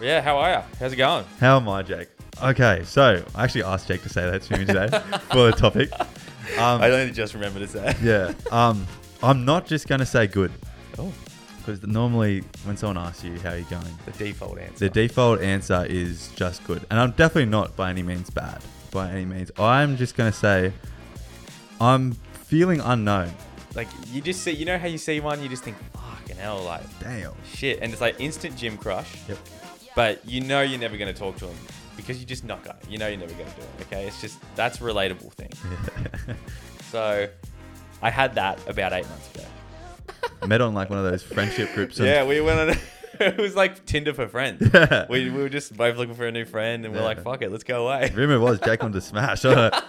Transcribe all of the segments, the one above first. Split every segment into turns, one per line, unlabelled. Yeah, how are you? How's it going?
How am I, Jake? Okay, so I actually asked Jake to say that to me today for the topic. Um,
I only just remembered it's there.
Yeah. Um, I'm not just going to say good
Oh,
because normally when someone asks you how you're going,
the default answer.
the default answer is just good. And I'm definitely not by any means bad, by any means. I'm just going to say I'm feeling unknown.
like you just see, you know how you see one, you just think, fucking hell, like
Damn.
shit, and it's like instant gym crush.
Yep.
But you know you're never gonna talk to him because you're just not gonna. You know you're never gonna do it. Okay, it's just that's a relatable thing. So, I had that about eight months ago.
Met on like one of those friendship groups. on-
yeah, we went on. it was like Tinder for friends. we, we were just both looking for a new friend, and we're like,
Yeah.
fuck it, let's go away.
Rumor was Jake wanted to smash. but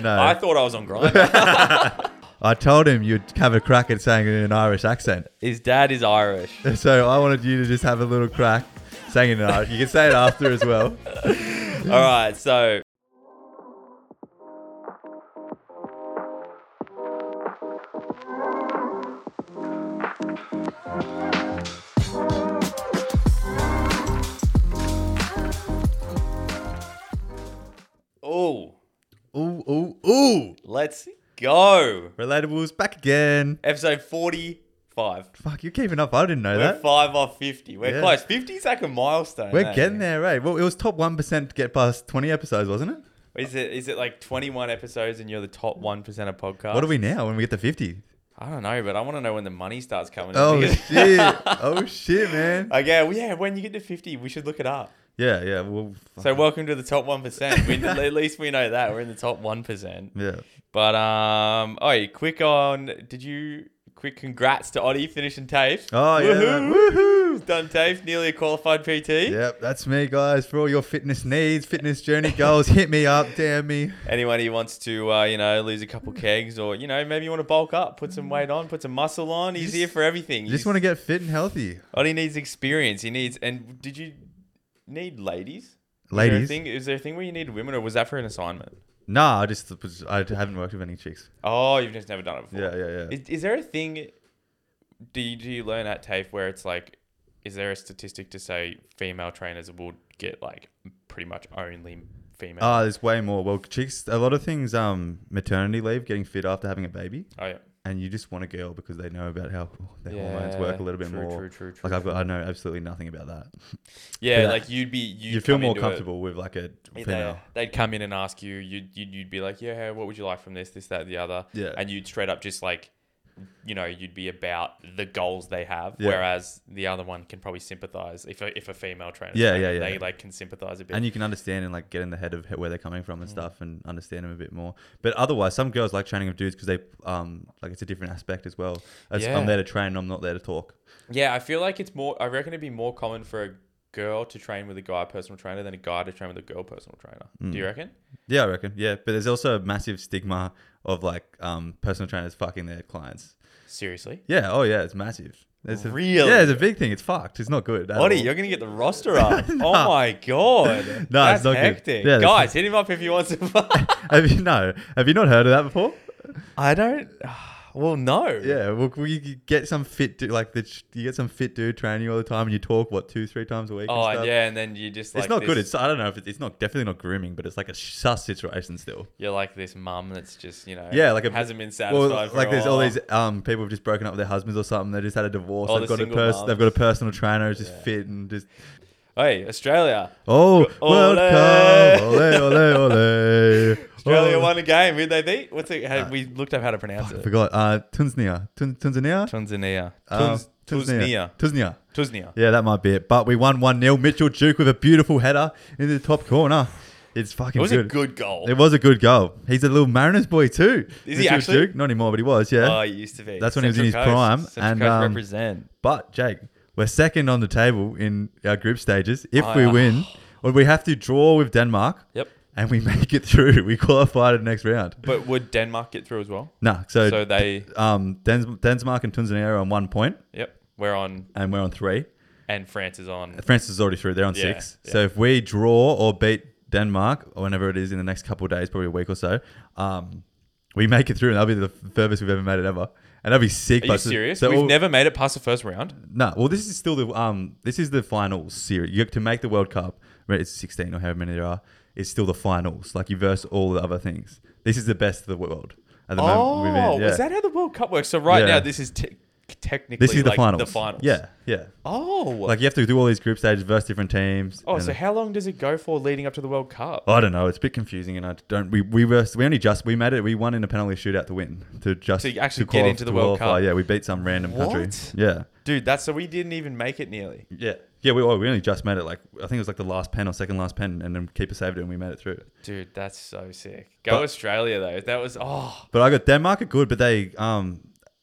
no.
I thought I was on Grindr.
I told him you'd have a crack at saying it in an Irish accent.
His dad is Irish.
So I wanted you to just have a little crack saying it in Irish. You can say it after as well.
All right, so oh,
Ooh, ooh, ooh.
let's go.
Relatables back again.
Episode forty-five.
Fuck, you're keeping up. I didn't know
We're
that.
five off fifty. We're
Yeah.
close. Fifty's like a milestone.
We're
eh?
getting there, right? Well, it was top 1% to get past 20 episodes, wasn't it?
Is it is it like twenty-one episodes and you're the top one percent of podcasts?
What are we now when we get to 50?
I don't know, but I want to know when the money starts coming. in
Oh,
because-
shit. Oh, shit, man.
Like, yeah, well, yeah. When you get to fifty, we should look it up.
Yeah, yeah. Well, fuck.
So welcome to the top one percent. At least we know that we're in the top one percent.
yeah.
But um, oh, quick on. Did you quick? Congrats to Oddy finishing TAFE.
Oh, yeah.
Woohoo!
Woohoo.
Done TAFE, nearly a qualified PT.
Yep, that's me, guys. For all your fitness needs, fitness journey goals, hit me up, damn me.
Anyone who wants to, uh, you know, lose a couple kegs or you know maybe you want to bulk up, put some weight on, put some muscle on. He's
Just-
here for everything.
You just
He's-
want to get fit and healthy.
Oddy needs experience. He needs. And did you need ladies? Is there, a
Ladies.
thing, is there a thing where you needed women, or was that for an assignment?
Nah, I just I haven't worked with any chicks.
Oh, you've just never done it before.
Yeah, yeah, yeah.
Is, is there a thing? Do you, do you learn at TAFE where it's like, is there a statistic to say female trainers will get like pretty much only female?
Ah, there's way more. Well, chicks, a lot of things. Um, maternity leave, getting fit after having a baby,
oh yeah,
and you just want a girl because they know about how their hormones work a little bit
true,
more.
True, true, true.
Like I've got, I know absolutely nothing about that.
yeah,
yeah.
like you'd be you'd
You, feel
come
more
into it-
comfortable with like a
They,
female.
they'd come in and ask you, you'd, you'd, you'd be like, yeah, what would you like from this, this, that, the other?
Yeah.
And you'd straight up just like, you know, you'd be about the goals they have.
Yeah.
Whereas the other one can probably sympathize. If a, if a female trainer,
Yeah, yeah, yeah.
They like can sympathize a bit.
And you can understand and like get in the head of he- where they're coming from
Mm.
and stuff, and understand them a bit more. But otherwise, some girls like training with dudes because they um like it's a different aspect as well. As
Yeah.
I'm there to train, I'm not there to talk.
yeah, I feel like it's more, I reckon it'd be more common for a girl to train with a guy personal trainer than a guy to train with a girl personal trainer. Do you
Mm.
reckon?
Yeah, I reckon. Yeah, but there's also a massive stigma of like um, personal trainers fucking their clients.
Seriously?
Yeah. Oh yeah, it's massive. It's a,
Really?
Yeah, it's a big thing. It's fucked. It's not good. at
Oddy,
all.
you're going to get the roster up. Oh my God. No, That's
not good.
hectic.
Yeah, that's-
Guys, hit him up if he wants to.
have you no? Have you not heard of that before?
I don't. Well, no.
Yeah. Well, we you get some fit du- like the, ch- you get some fit dude training you all the time, and you talk what two, three times a week. and
Oh,
stuff.
yeah, and then you just like
It's not good.
this-
It's I don't know if it, it's not definitely not grooming, but it's like a sus situation still.
you're like this mum that's just you know
Yeah, like a,
hasn't been
Well,
satisfied. for
like
a
there's all
while.
these um, people have just broken up with their husbands or something. They just had a divorce.
All
they've
the
got a
single
pers-
moms.
They've got a personal trainer who's just
Yeah.
fit and just
Hey, Australia!
Oh,
Ole.
World Cup. Ole, ole, ole.
Australia
Oh.
won a game. Who'd they beat? What's it? How, we looked up how to pronounce
Uh, I
it.
forgot. Uh, Tanzania. Tun- Tanzania?
Tanzania.
Uh,
Tunz- Tunzania.
Tanzania.
Tunzania.
Yeah, that might be it. But we won 1 0. Mitchell Duke with a beautiful header into the top corner. It's
It
fucking
was
good.
a good goal.
It was a good goal. He's a little Mariners boy, too.
Is he
Mitchell
actually?
Duke. Not anymore, but he was, yeah.
Oh, it used to be.
That's when he was in
Central
his prime,
Coast. Central
and,
Coast
um,
represent.
But Jake, we're second on the table in our group stages. If
Oh,
we
yeah.
win, or we have to draw with Denmark,
Yep.
and we make it through, we qualify to the next round.
But would Denmark get through as well?
Nah, so,
So they.
um, Dens- Denmark and Tanzania are on one point,
Yep. We're on,
and we're on three.
and France is on.
France is already through; they're on
Yeah,
six.
yeah.
So if we draw or beat Denmark, or whenever it is in the next couple of days, probably a week or so, um, we make it through, and that'll be the furthest we've ever made it ever. and that'd be sick.
Are
but
you
so-
serious?
So
We've
all-
never made it past the first round.
No, well, this is still the um, this is the finals series. You have to make the World Cup. right, It's sixteen or however many there are. It's still the finals. Like you verse all the other things. This is the best of the world at the
Oh,
moment. we're in, yeah.
is that how the World Cup works? So right
Yeah.
now, this is te- technically
this is the
like
finals?
the finals.
Yeah, yeah.
Oh,
Like you have to do all these group stages, verse different teams.
oh,
and- Oh.
so how long does it go for leading up to the World Cup?
I don't know. It's a bit confusing, and I don't. We we were we only just we made it. We won in a penalty shootout to win to just
To actually get
qual-
into the
to
World
qualify.
Cup.
Yeah, we beat some random
What?
country. Yeah,
Dude, that's so we didn't even make it nearly.
yeah, yeah. We oh, we only just made it. Like I think it was like the last pen or second last pen, and then keeper saved it, and we made it through.
Dude, that's so sick. Go
But-
Australia though. That was oh
But I got Denmark are good, but they um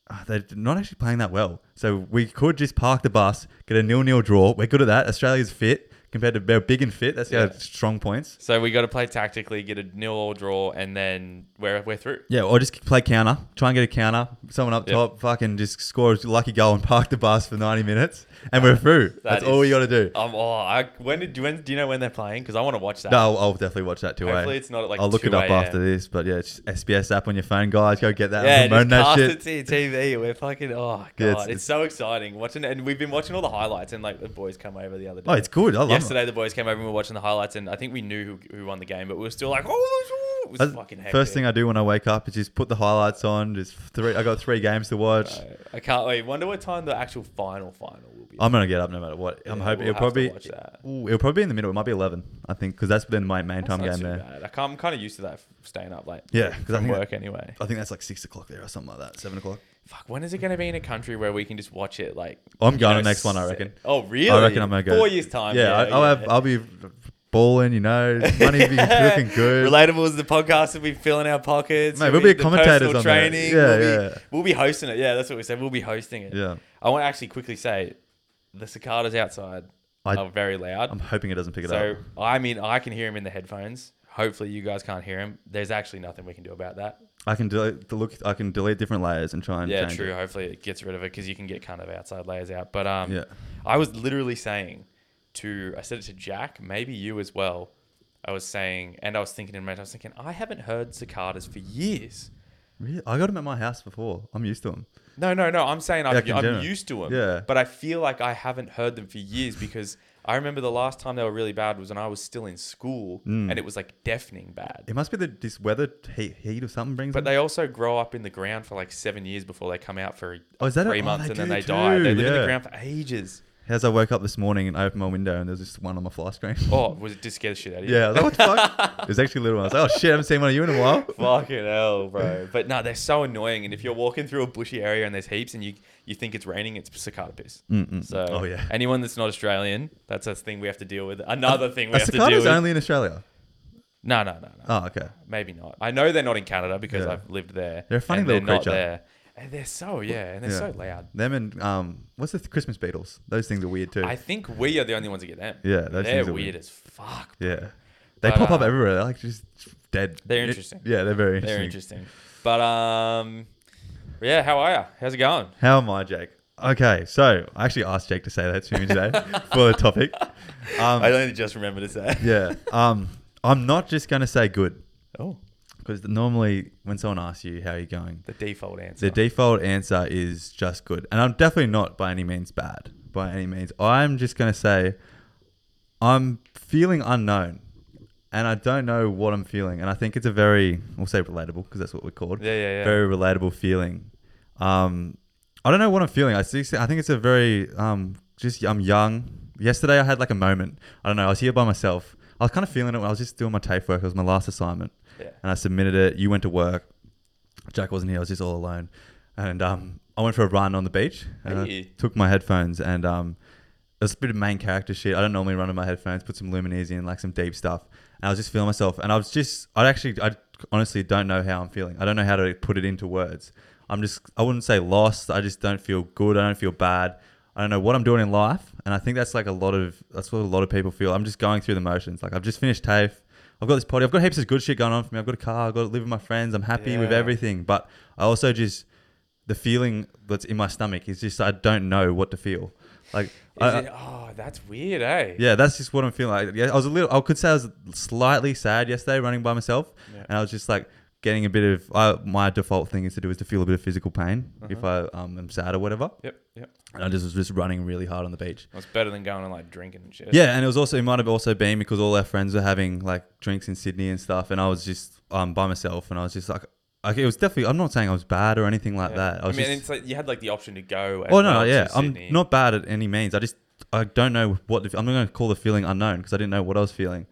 ah, they're not actually playing that well. So we could just park the bus, get a nil nil draw. We're good at that. Australia's fit compared to they're big and fit. That's
Yeah.
our strong points.
so we gotta play tactically, get a nil all draw, and then we're we're through.
Yeah, or just play counter. Try and get a counter. Someone up
Yeah.
top, fucking just score a lucky goal and park the bus for 90 minutes, and we're through. That's
That
all
is-
we got to do.
Um, oh, I, when did when do you know when they're playing? Because I want to watch that.
No, I'll, I'll definitely watch that too. eh?
Hopefully it's not at, like,
I'll look it
2
up
a.m..
after this, but yeah, it's just SBS app on your phone, guys. Go get that.
yeah,
and promote
just
that
cast
shit.
it to your TV. We're fucking oh god,
Yeah,
it's,
it's-
so exciting watching. And we've been watching all the highlights, and like the boys come over the other day.
Oh, it's good. I love it.
Yesterday, the boys came over and we were watching the highlights, and I think we knew who, who won the game, but we were still like, oh, it was
That's-
fucking hectic.
First thing I do when I wake up is just put the highlights on. Just three. I got three games to watch.
I can't wait. Wonder what time the actual final final will be.
I'm gonna get up no matter what. I'm
Yeah,
hoping
we'll
it'll
have to
probably
watch that.
Ooh, it'll probably be in the middle. It might be 11, I think, because that's been my main
That's
time
not
game
too
there.
bad. I can't, I'm kind of used to that f- staying up late.
Yeah, 'cause I
from
think-
work anyway.
I think that's like six o'clock there or something like that. Seven o'clock.
Fuck, when is it going to be in a country where we can just watch it? Like,
I'm
you
going
know,
to the next one, I
se-
reckon.
Oh, really?
I reckon I'm gonna go
Four years time.
Yeah, I, I'll have. I'll be balling. You know, money be looking good.
Relatable is the podcast that we fill in our pockets.
Mate,
We'll
we'll
be
be
the
commentators
personal
on there.
training.
Yeah,
we'll, Be,
yeah.
we'll be hosting it. Yeah, that's what we said. We'll be hosting it.
Yeah,
I want to actually quickly say, the cicadas outside
I-
are very loud.
I'm hoping it doesn't pick it
So
up.
I mean, I can hear him in the headphones. Hopefully, you guys can't hear him. There's actually nothing we can do about that.
I can delete the look. I can delete different layers and try and
yeah,
change
true.
It.
Hopefully, it gets rid of it because you can get kind of outside layers out. But um,
Yeah.
I was literally saying to I said it to Jack, maybe you as well. I was saying, and I was thinking in my head, I was thinking, I haven't heard cicadas for years.
Really? I got them at my house before. I'm used to them.
No, no, no. I'm saying I'm,
Like in
I'm
general.
used to them.
Yeah.
But I feel like I haven't heard them for years because I remember the last time they were really bad was when I was still in school
Mm.
and it was like deafening bad.
It must be the this weather heat, heat or something brings.
But
them.
they also grow up in the ground for like seven years before they come out for
Oh, is that
three
it? Oh,
months
they
and then
do
they die. They
too,
live in the
yeah.
ground for ages.
As I woke up this morning and opened my window and there was just one on my fly screen.
Oh, was it just scared the shit out of you?
Yeah, I was like, what the fuck? It was actually a little one. I was like, oh shit, I haven't seen one of you in a while.
Fucking hell, bro. But no, they're so annoying. And if you're walking through a bushy area and there's heaps and you, you think it's raining, it's cicada piss.
Mm-mm.
So
Oh, yeah.
anyone that's not Australian, that's a thing we have to deal with. Another thing we
A
have to deal
Uh, cicada's
with.
only in Australia.
no, no, no, no.
Oh, okay.
Maybe not. I know they're not in Canada because
Yeah.
I've lived there.
They're a funny
and
little
not
creature.
there. And they're so, yeah, and they're
Yeah.
so loud.
Them and um, what's the th- Christmas beetles? Those things are weird too.
I think we are the only ones that get them.
Yeah,
they're
those things are
weird,
weird.
as fuck.
yeah, they
But,
pop up
uh,
everywhere. They're like just dead.
They're
It-
interesting.
yeah, they're very interesting.
They're interesting. But um, yeah, how are ya? How's it going?
How am I, Jake? Okay, so I actually asked Jake to say that to me today for the topic. Um,
only just remembered to say.
yeah, um, I'm not just gonna say good
Oh,
because normally when someone asks you how are you going,
the default answer.
The default answer is just good. And I'm definitely not by any means bad, by any means. I'm just going to say I'm feeling unknown and I don't know what I'm feeling. And I think it's a very, we'll say relatable because that's what we're called.
Yeah, yeah, yeah.
Very relatable feeling. Um, I don't know what I'm feeling. I, think- I think it's a very, um, just, I'm young. Yesterday I had like a moment. I don't know. I was here by myself. I was kind of feeling it when I was just doing my TAFE work. It was my last assignment
yeah.
and I submitted it. You went to work. Jack wasn't here. I was just all alone, and um, I went for a run on the beach. And
Hey.
I took my headphones and um, it was a bit of main character shit. I don't normally run on my headphones. Put some Luminese in, like some deep stuff, and I was just feeling myself. And I was just, I actually, I honestly don't know how I'm feeling. I don't know how to put it into words. I'm just, I wouldn't say lost. I just don't feel good. I don't feel bad. I don't know what I'm doing in life, and I think that's like a lot of that's what a lot of people feel. I'm just going through the motions. Like I've just finished TAFE. I've got this party. I've got heaps of good shit going on for me. I've got a car. I've got to live with my friends. I'm happy with
Yeah.
everything. But I also just the feeling that's in my stomach is just I don't know what to feel. Like,
Is
I,
it- oh, that's weird, eh?
yeah, that's just what I'm feeling. Like, yeah, I was a little. I could say I was slightly sad yesterday running by myself,
Yeah.
and I was just like, getting a bit of I, my default thing is to do is to feel a bit of physical pain
Uh-huh.
if I um, am sad or whatever.
Yep, yep.
And I just was just running really hard on the beach.
Well, it's better than going and like drinking and shit.
Yeah, and it was also it might have also been because all our friends were having like drinks in Sydney and stuff, and I was just um by myself, and I was just like, like it was definitely. I'm not saying I was bad or anything like
Yeah.
that. I
I,
was
mean,
just.
it's like you had like the option to go.
Oh
as
no,
well to
yeah, I'm
Sydney.
not bad at any means. I just I don't know what the, I'm going to call the feeling unknown because I didn't know what I was feeling.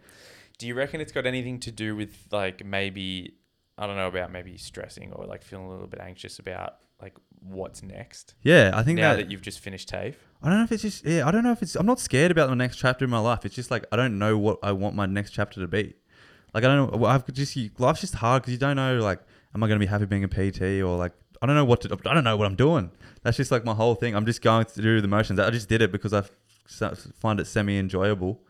Do you reckon it's got anything to do with like maybe I don't know about maybe stressing or like feeling a little bit anxious about like what's next
Yeah, I think
now
that
that you've just finished TAFE?
I don't know if it's just yeah, I don't know if it's I'm not scared about the next chapter in my life. It's just like I don't know what I want my next chapter to be. Like I don't know. well, I've just you- life's just hard because you don't know like am I going to be happy being a PT or like I don't know what to I don't know what I'm doing. That's just like my whole thing. I'm just going through the motions. I just did it because I f- s- find it semi enjoyable.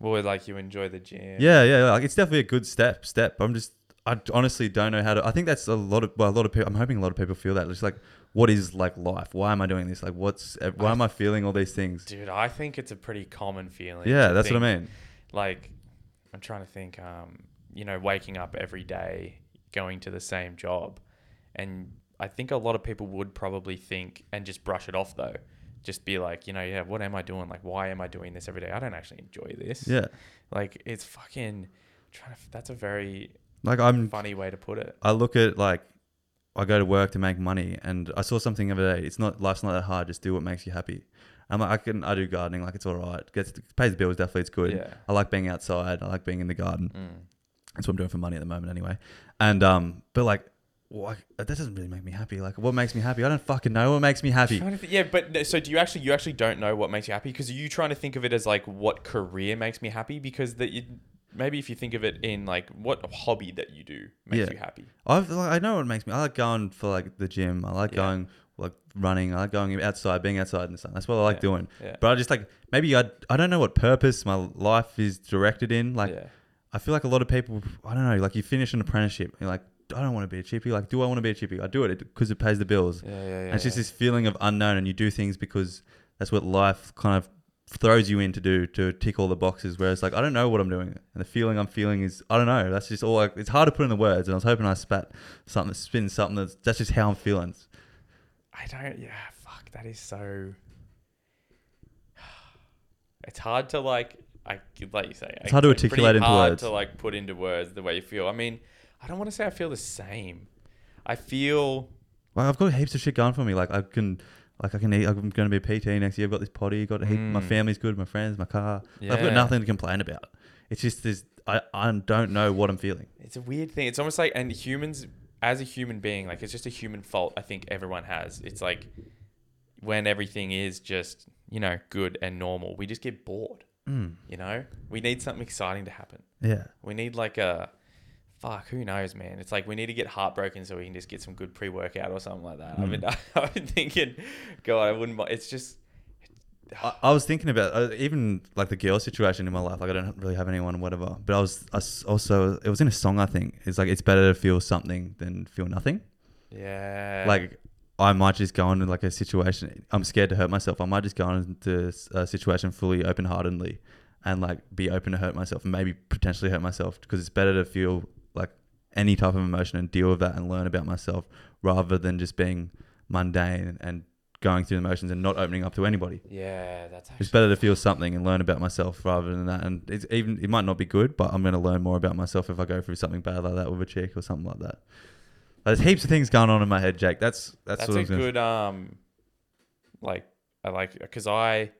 Well, like you enjoy the gym.
Yeah, yeah, like it's definitely a good step. Step. I'm just, I d- honestly don't know how to. I think that's a lot of, well, a lot of people. I'm hoping a lot of people feel that. Just like, what is like life? Why am I doing this? Like, what's, eh, why am I feeling all these things?
Dude, I think it's a pretty common feeling.
Yeah,
to
that's what
think,
I mean.
Like, I'm trying to think. Um, you know, waking up every day, going to the same job, and I think a lot of people would probably think and just brush it off though. Just be like, you know, yeah, what am I doing? Like, why am I doing this every day? I don't actually enjoy this.
Yeah,
Like, it's fucking. Trying to, that's a very
like I'm,
funny way to put it.
I look at like, I go to work to make money, and I saw something the other day. It's not life's not that hard. Just do what makes you happy. I'm like, I can, I do gardening. Like, it's all right. Gets pays the bills. Definitely, it's good.
Yeah.
I like being outside. I like being in the garden.
Mm.
That's what I'm doing for money at the moment, anyway. And um, but like, why that doesn't really make me happy. Like, what makes me happy? I don't fucking know what makes me happy.
Trying to thi- yeah, but no- so do you actually? You actually don't know what makes you happy because you trying to think of it as like what career makes me happy because that you maybe if you think of it in like what hobby that you do makes
Yeah.
you happy.
I've like, I know what makes me. I like going for like the gym. I like
Yeah.
going like running. I like going outside, being outside in the sun. That's what I like
Yeah.
doing.
Yeah.
But I just like maybe I I don't know what purpose my life is directed in. Like
yeah.
I feel like a lot of people. I don't know. Like you finish an apprenticeship, you're like I don't want to be a chippy. Like do I want to be a chippy? I do it because it pays the bills.
Yeah, yeah, yeah.
And it's just this feeling of unknown, and you do things because that's what life kind of throws you in to do to tick all the boxes. Whereas, like, I don't know what I'm doing, and the feeling I'm feeling is I don't know. That's just all. I, it's hard to put in the words, and I was hoping I spat something, spin something. That's, that's just how I'm feeling.
I don't. Yeah, fuck. That is so. It's hard to like. I like you say.
It's hard to
pretty
articulate into
hard
words.
To like put into words the way you feel. I mean, I don't want to say I feel the same. I feel.
Like, I've got heaps of shit going for me. Like, I can. Like I can eat, I'm going to be a PT next year. I've got this potty. Got heap, my
Mm.
family's good, my friends, my car. Like, I've
Yeah.
got nothing to complain about. It's just this. I, I don't know what I'm feeling.
It's a weird thing. It's almost like, and humans, as a human being, like it's just a human fault. I think everyone has. It's like when everything is just you know good and normal, we just get bored.
Mm.
You know, we need something exciting to happen.
Yeah,
We need like a fuck. Who knows, man? It's like we need to get heartbroken so we can just get some good pre-workout or something like that. I mean, I've been thinking, God, I wouldn't. mi- It's just
I, I was thinking about uh, even like the girl situation in my life. Like I don't really have anyone, whatever. But I was I s- also it was in a song. I think it's like it's better to feel something than feel nothing.
yeah,
Like I might just go into like a situation. I'm scared to hurt myself. I might just go into a situation fully open heartedly, and like be open to hurt myself and maybe potentially hurt myself because it's better to feel like any type of emotion and deal with that and learn about myself rather than just being mundane and going through the motions and not opening up to anybody.
yeah, that's
It's
actually,
better to feel something and learn about myself rather than that. And it's even it might not be good, but I'm going to learn more about myself if I go through something bad like that with a chick or something like that. There's heaps of things going on in my head, Jake. That's that's,
that's
what
a
I'm going.
good um, like I like because I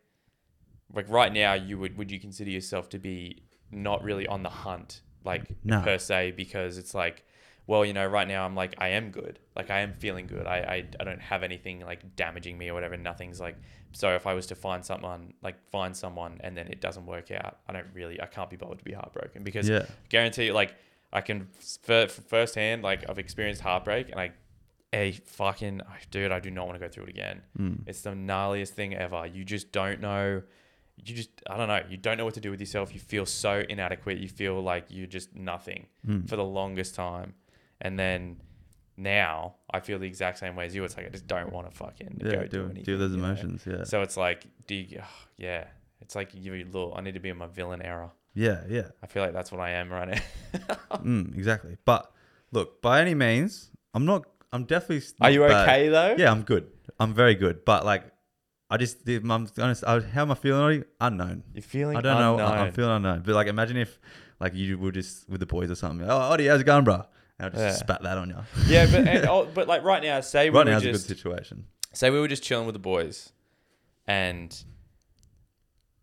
like right now you would would you consider yourself to be not really on the hunt like
No.
per se because it's like well you know right now i'm like i am good like i am feeling good I, I i don't have anything like damaging me or whatever nothing's like so if i was to find someone like find someone and then it doesn't work out i don't really i can't be bothered to be heartbroken because
Yeah.
guarantee you like i can fir- firsthand like i've experienced heartbreak and i a fucking oh, dude i do not want to go through it again
Mm.
it's the gnarliest thing ever. You just don't know. You just, I don't know. You don't know what to do with yourself. You feel so inadequate. You feel like you're just nothing
Mm.
for the longest time. And then now I feel the exact same way as you. It's like, I just don't want to fucking
Yeah,
go
do,
do,
deal
anything.
those
you know?
emotions. Yeah,
So it's like, do you, ugh, yeah. It's like, you, you look, I need to be in my villain era.
yeah, yeah.
I feel like that's what I am right now.
Mm, exactly. But Look, by any means, I'm not. I'm definitely. s-
Are
not
you
bad.
okay though?
Yeah, I'm good. I'm very good. But like, I just, the- I'm honest. I, how am I feeling already? Unknown.
You're feeling.
I don't know.
unknown.
I, I'm feeling unknown. But like, imagine if like you were just with the boys or something. Oh, Oddy, how's it going, bro? And I just
Yeah.
spat that on you.
yeah, but and, oh, but like right now, say we
right
were
now's a
just
good situation.
say we were just chilling with the boys, and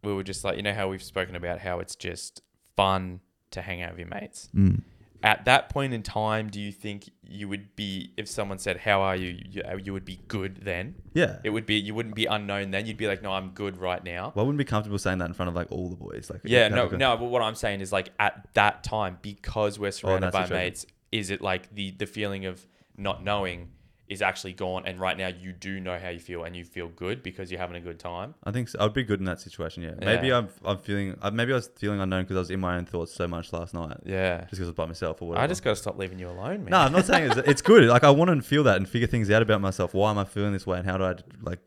we were just like you know how we've spoken about how it's just fun to hang out with your mates.
Mm.
At that point in time, do you think you would be if someone said how are you, you, you would be good then?
Yeah.
It would be you wouldn't be unknown then. You'd be like no, I'm good right now.
well, I wouldn't be comfortable saying that in front of like all the boys. Like,
Yeah,
that'd
no,
be good.
no. But what I'm saying is, like, at that time, because we're surrounded
Oh, that's
by
interesting.
mates, is it like the the feeling of not knowing is actually gone, and right now you do know how you feel, and you feel good because you're having a good time.
I think so. I'd be good in that situation. Yeah. Maybe
Yeah.
I'm. I'm feeling. uh, Maybe I was feeling unknown because I was in my own thoughts so much last night, just
Yeah,
because I was by myself or whatever.
I just got to stop leaving you alone, man.
No, I'm not saying it's, it's good. Like I want to feel that and figure things out about myself. Why am I feeling this way, and how do I like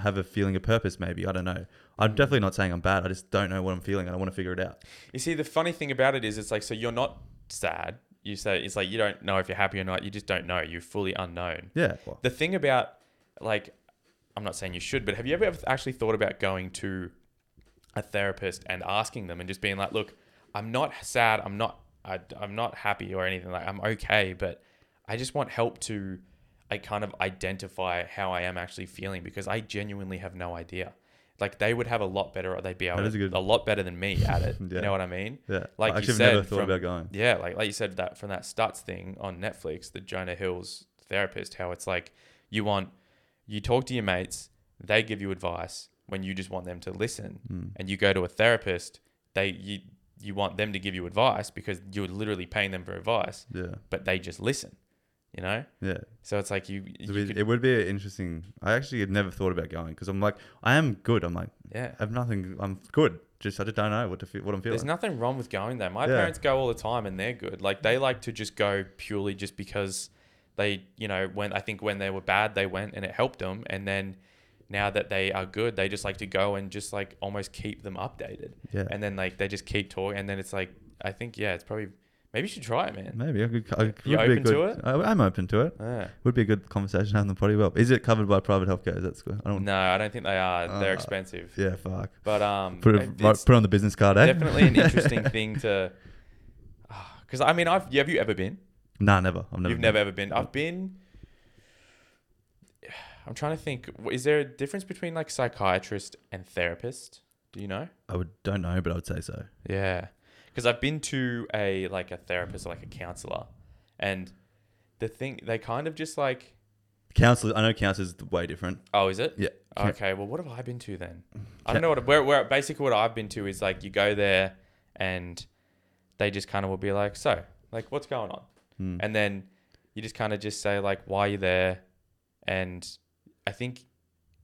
have a feeling of purpose? Maybe I don't know. I'm
Mm.
definitely not saying I'm bad. I just don't know what I'm feeling, and I want to figure it out.
You see, the funny thing about it is, it's like so you're not sad. You say it's like you don't know if you're happy or not. You just don't know. You're fully unknown.
Yeah.
The thing about like, I'm not saying you should, but have you ever actually thought about going to a therapist and asking them and just being like, look, I'm not sad, I'm not, I, I'm not happy or anything. Like I'm okay, but I just want help to, I kind of identify how I am actually feeling because I genuinely have no idea. Like they would have a lot better, or they'd be able
That is
to,
a good-
a lot better than me at it.
Yeah.
You know what I mean?
Yeah.
Like
I
you
actually
said,
never thought
from-
about going.
Yeah, like like you said that from that Stutz thing on Netflix, the Jonah Hill's therapist, how it's like you want you talk to your mates, they give you advice when you just want them to listen,
Mm.
and you go to a therapist, they you you want them to give you advice because you're literally paying them for advice,
Yeah.
but they just listen, you know.
Yeah.
So it's like you,
It
you
would,
could-
it would be interesting. I actually had never thought about going because I'm like, I am good. I'm like,
yeah.
I have nothing. I'm good. Just I just don't know what to feel, what I'm feeling.
There's nothing wrong with going there. My
Yeah.
parents go all the time and they're good. Like they like to just go purely just because they, you know, when I think when they were bad, they went and it helped them. And then now that they are good, they just like to go and just like almost keep them updated.
yeah.
And then like they just keep talking. And then it's like, I think, yeah, it's probably, maybe you should try it, man.
Maybe I could. I could
You
would
open
be
to
a good,
it? Uh.
I, I'm open to it.
Yeah.
Would be a good conversation having the potty well. Is it covered by private healthcare? Is that good? I don't.
No, I don't think they are. They're
Uh,
expensive.
Yeah. Fuck.
But um,
Put
it-
it, right,
it's
put it on the business card, eh?
definitely an interesting thing to, because I mean, I've, have you ever been?
Nah, never. I've never.
You've
been.
never ever been. I've been. I'm trying to think. w- Is there a difference between like psychiatrist and therapist? Do you know?
I would don't know, but I would say so.
Yeah, because I've been to a like a therapist or like a counselor, and the thing they kind of just like,
Counselors, I know counselors is way different.
oh, is it?
Yeah.
Okay. Well, what have I been to then? I don't know what where where basically what I've been to is like you go there and they just kind of will be like, so like what's going on?
Mm.
Mm-hmm. and then you just kind of just say like why are you there and i think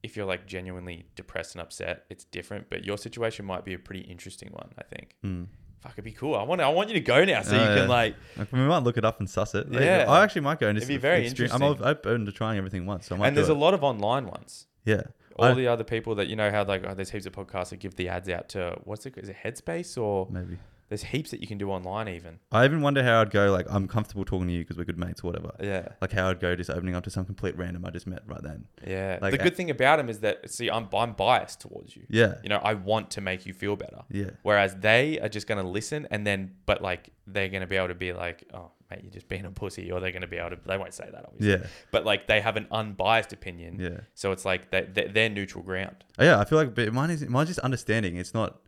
if you're like genuinely depressed and upset it's different but your situation might be a pretty interesting one i think
Mm.
fuck it'd be cool i want i want you to go now so
Oh,
you
yeah.
can like
Like, we might look it up and suss it. Like,
Yeah.
I actually might go and
It'd be
just
very
experience- I'm
interesting.
open to trying everything once. So I might
and there's
do
a lot of online ones
it. yeah.
all
I-
the other people that you know how like oh, there's heaps of podcasts that give the ads out to what's it is it headspace or
Maybe.
there's heaps that you can do online even
I even wonder how I'd go. Like I'm comfortable talking to you because we're good mates or whatever.
yeah
Like how I'd go just opening up to some complete random I just met right then.
yeah
Like,
the good thing about him is that see i'm i'm biased towards you
Yeah.
you know i want to make you feel better
Yeah.
Whereas they are just going to listen and then, but like, they're going to be able to be like, oh, mate, you're just being a pussy. Or they're going to be able to, they won't say that, obviously.
Yeah.
But like, they have an unbiased opinion.
Yeah.
So it's like they, they, they're neutral ground.
Oh, yeah. I feel like but mine is mine's just understanding. It's not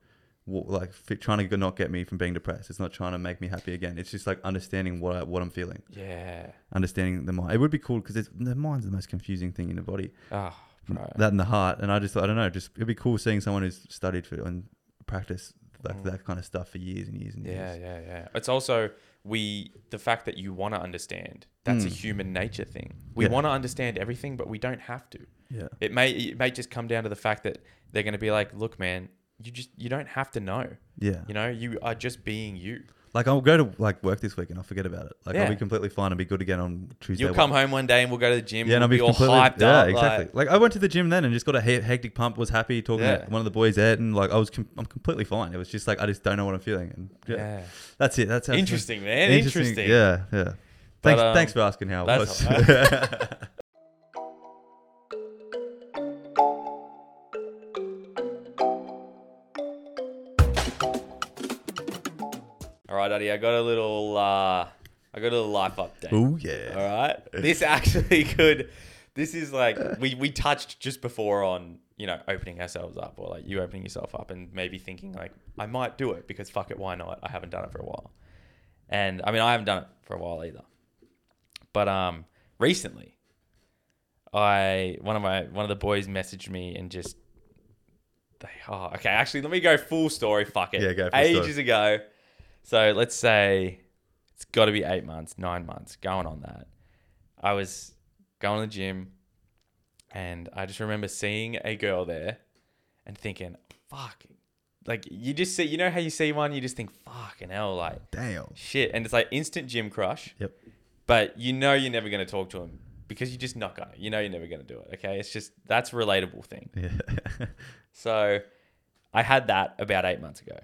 w- like fi- trying to not get me from being depressed. It's not trying to make me happy again. It's just like understanding what I, what I'm feeling.
Yeah.
understanding the mind. It would be cool because the mind's the most confusing thing in the body,
Oh, bro.
that and the heart. And I just, I don't know, just it'd be cool seeing someone who's studied for and practiced like
Mm.
that kind of stuff for years and years and
yeah,
years.
yeah, yeah. It's also, we, the fact that you want to understand, that's a
Mm.
human nature thing. We
Yeah.
want to understand everything, but we don't have to.
Yeah,
It may, it may just come down to the fact that they're going to be like, look, man, you just, you don't have to know.
yeah,
You know, you are just being you.
Like I'll go to like work this week and I'll forget about it. Like I'll
Yeah.
be completely fine and be good again on Tuesday.
You'll come home one day and we'll go to the gym.
Yeah, and I'll
we'll
be,
be, all
completely
hyped
yeah,
up.
exactly. Like, I went to the gym then and just got a he- hectic pump. Was happy talking
Yeah.
to one of the boys there, and like I was, com- I'm completely fine. It was just like I just don't know what I'm feeling, and
Like,
yeah,
yeah.
that's it. That's how
Interesting, man. Interesting.
Yeah, yeah. Thanks,
um,
thanks for asking how it
that's-
was.
All right, Daddy, I got a little, uh, I got a little life update.
oh yeah.
All right. This actually could. This is like we we touched just before on you know opening ourselves up or like you opening yourself up and maybe thinking like I might do it because fuck it, why not? I haven't done it for a while, and I mean I haven't done it for a while either. But um, recently, I one of my one of the boys messaged me and just they oh okay actually let me go full story. Fuck it.
Yeah, go full story.
Ages ago, so let's say it's got to be eight months, nine months going on that. I was going to the gym and I just remember seeing a girl there and thinking, fuck. Like, you just see, you know how you see one, you just think, fucking hell, like,
Damn.
shit. And it's like instant gym crush,
Yep.
but you know you're never going to talk to him because you're just not going to. You know you're never going to do it, okay? It's just, that's a relatable thing.
Yeah.
So I had that about eight months ago.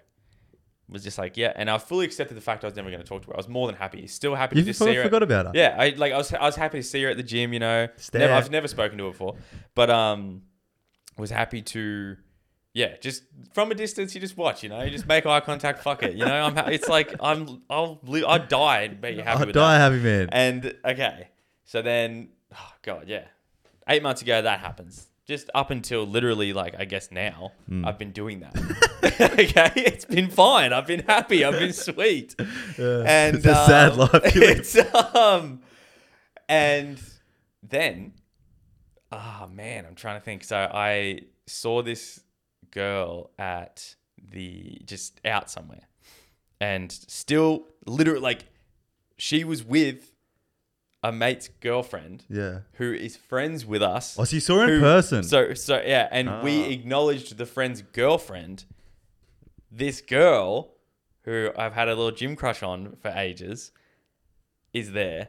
Was just like, yeah, and I fully accepted the fact I was never going to talk to her. I was more than happy, still happy to
you
just
for-
see her.
forgot about her.
Yeah, I like I was I was happy to see her at the gym. You know,
Stare.
never, I've never spoken to her before, but um, was happy to, yeah, just from a distance you just watch. You know, you just make eye contact. Fuck it. You know, I'm. ha- It's like I'm. I'll. Li- I'd die and be happy
I'll
with
Oh, die
that.
happy man.
And okay, so then, oh god, yeah, eight months ago that happens. Just up until literally, like I guess now,
Hmm.
I've been doing that. okay, it's been fine. I've been happy. I've been sweet.
Yeah.
And
it's a sad
um,
life. you live.
It's um, and then, ah man, I'm trying to think. So I saw this girl at the just out somewhere, and still literally like she was with a mate's girlfriend
yeah.
who is friends with us.
Oh, so you saw her in
who-
person.
So so yeah, and we
Ah.
acknowledged the friend's girlfriend, this girl, who I've had a little gym crush on for ages, is there.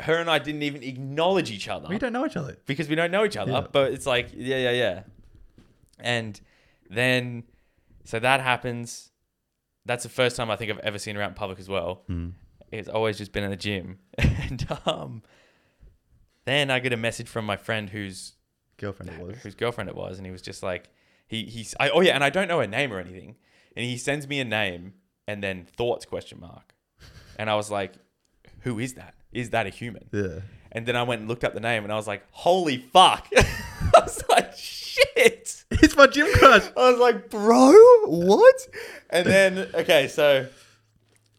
Her and I didn't even acknowledge each other
we don't know each other.
because we don't know each other.
Yeah.
But it's like, yeah, yeah, yeah. And then, so that happens. That's the first time I think I've ever seen her out in public as well.
Hmm.
It's always just been in the gym. and um, then I get a message from my friend who's
Girlfriend it was.
whose girlfriend it was, and he was just like, he he's I, oh yeah, and I don't know her name or anything, and he sends me a name and then thoughts question mark, and I was like, who is that? Is that a human?
Yeah.
And then I went and looked up the name, and I was like, holy fuck! I was like, shit!
It's my gym crush.
I was like, bro, what? And then okay, so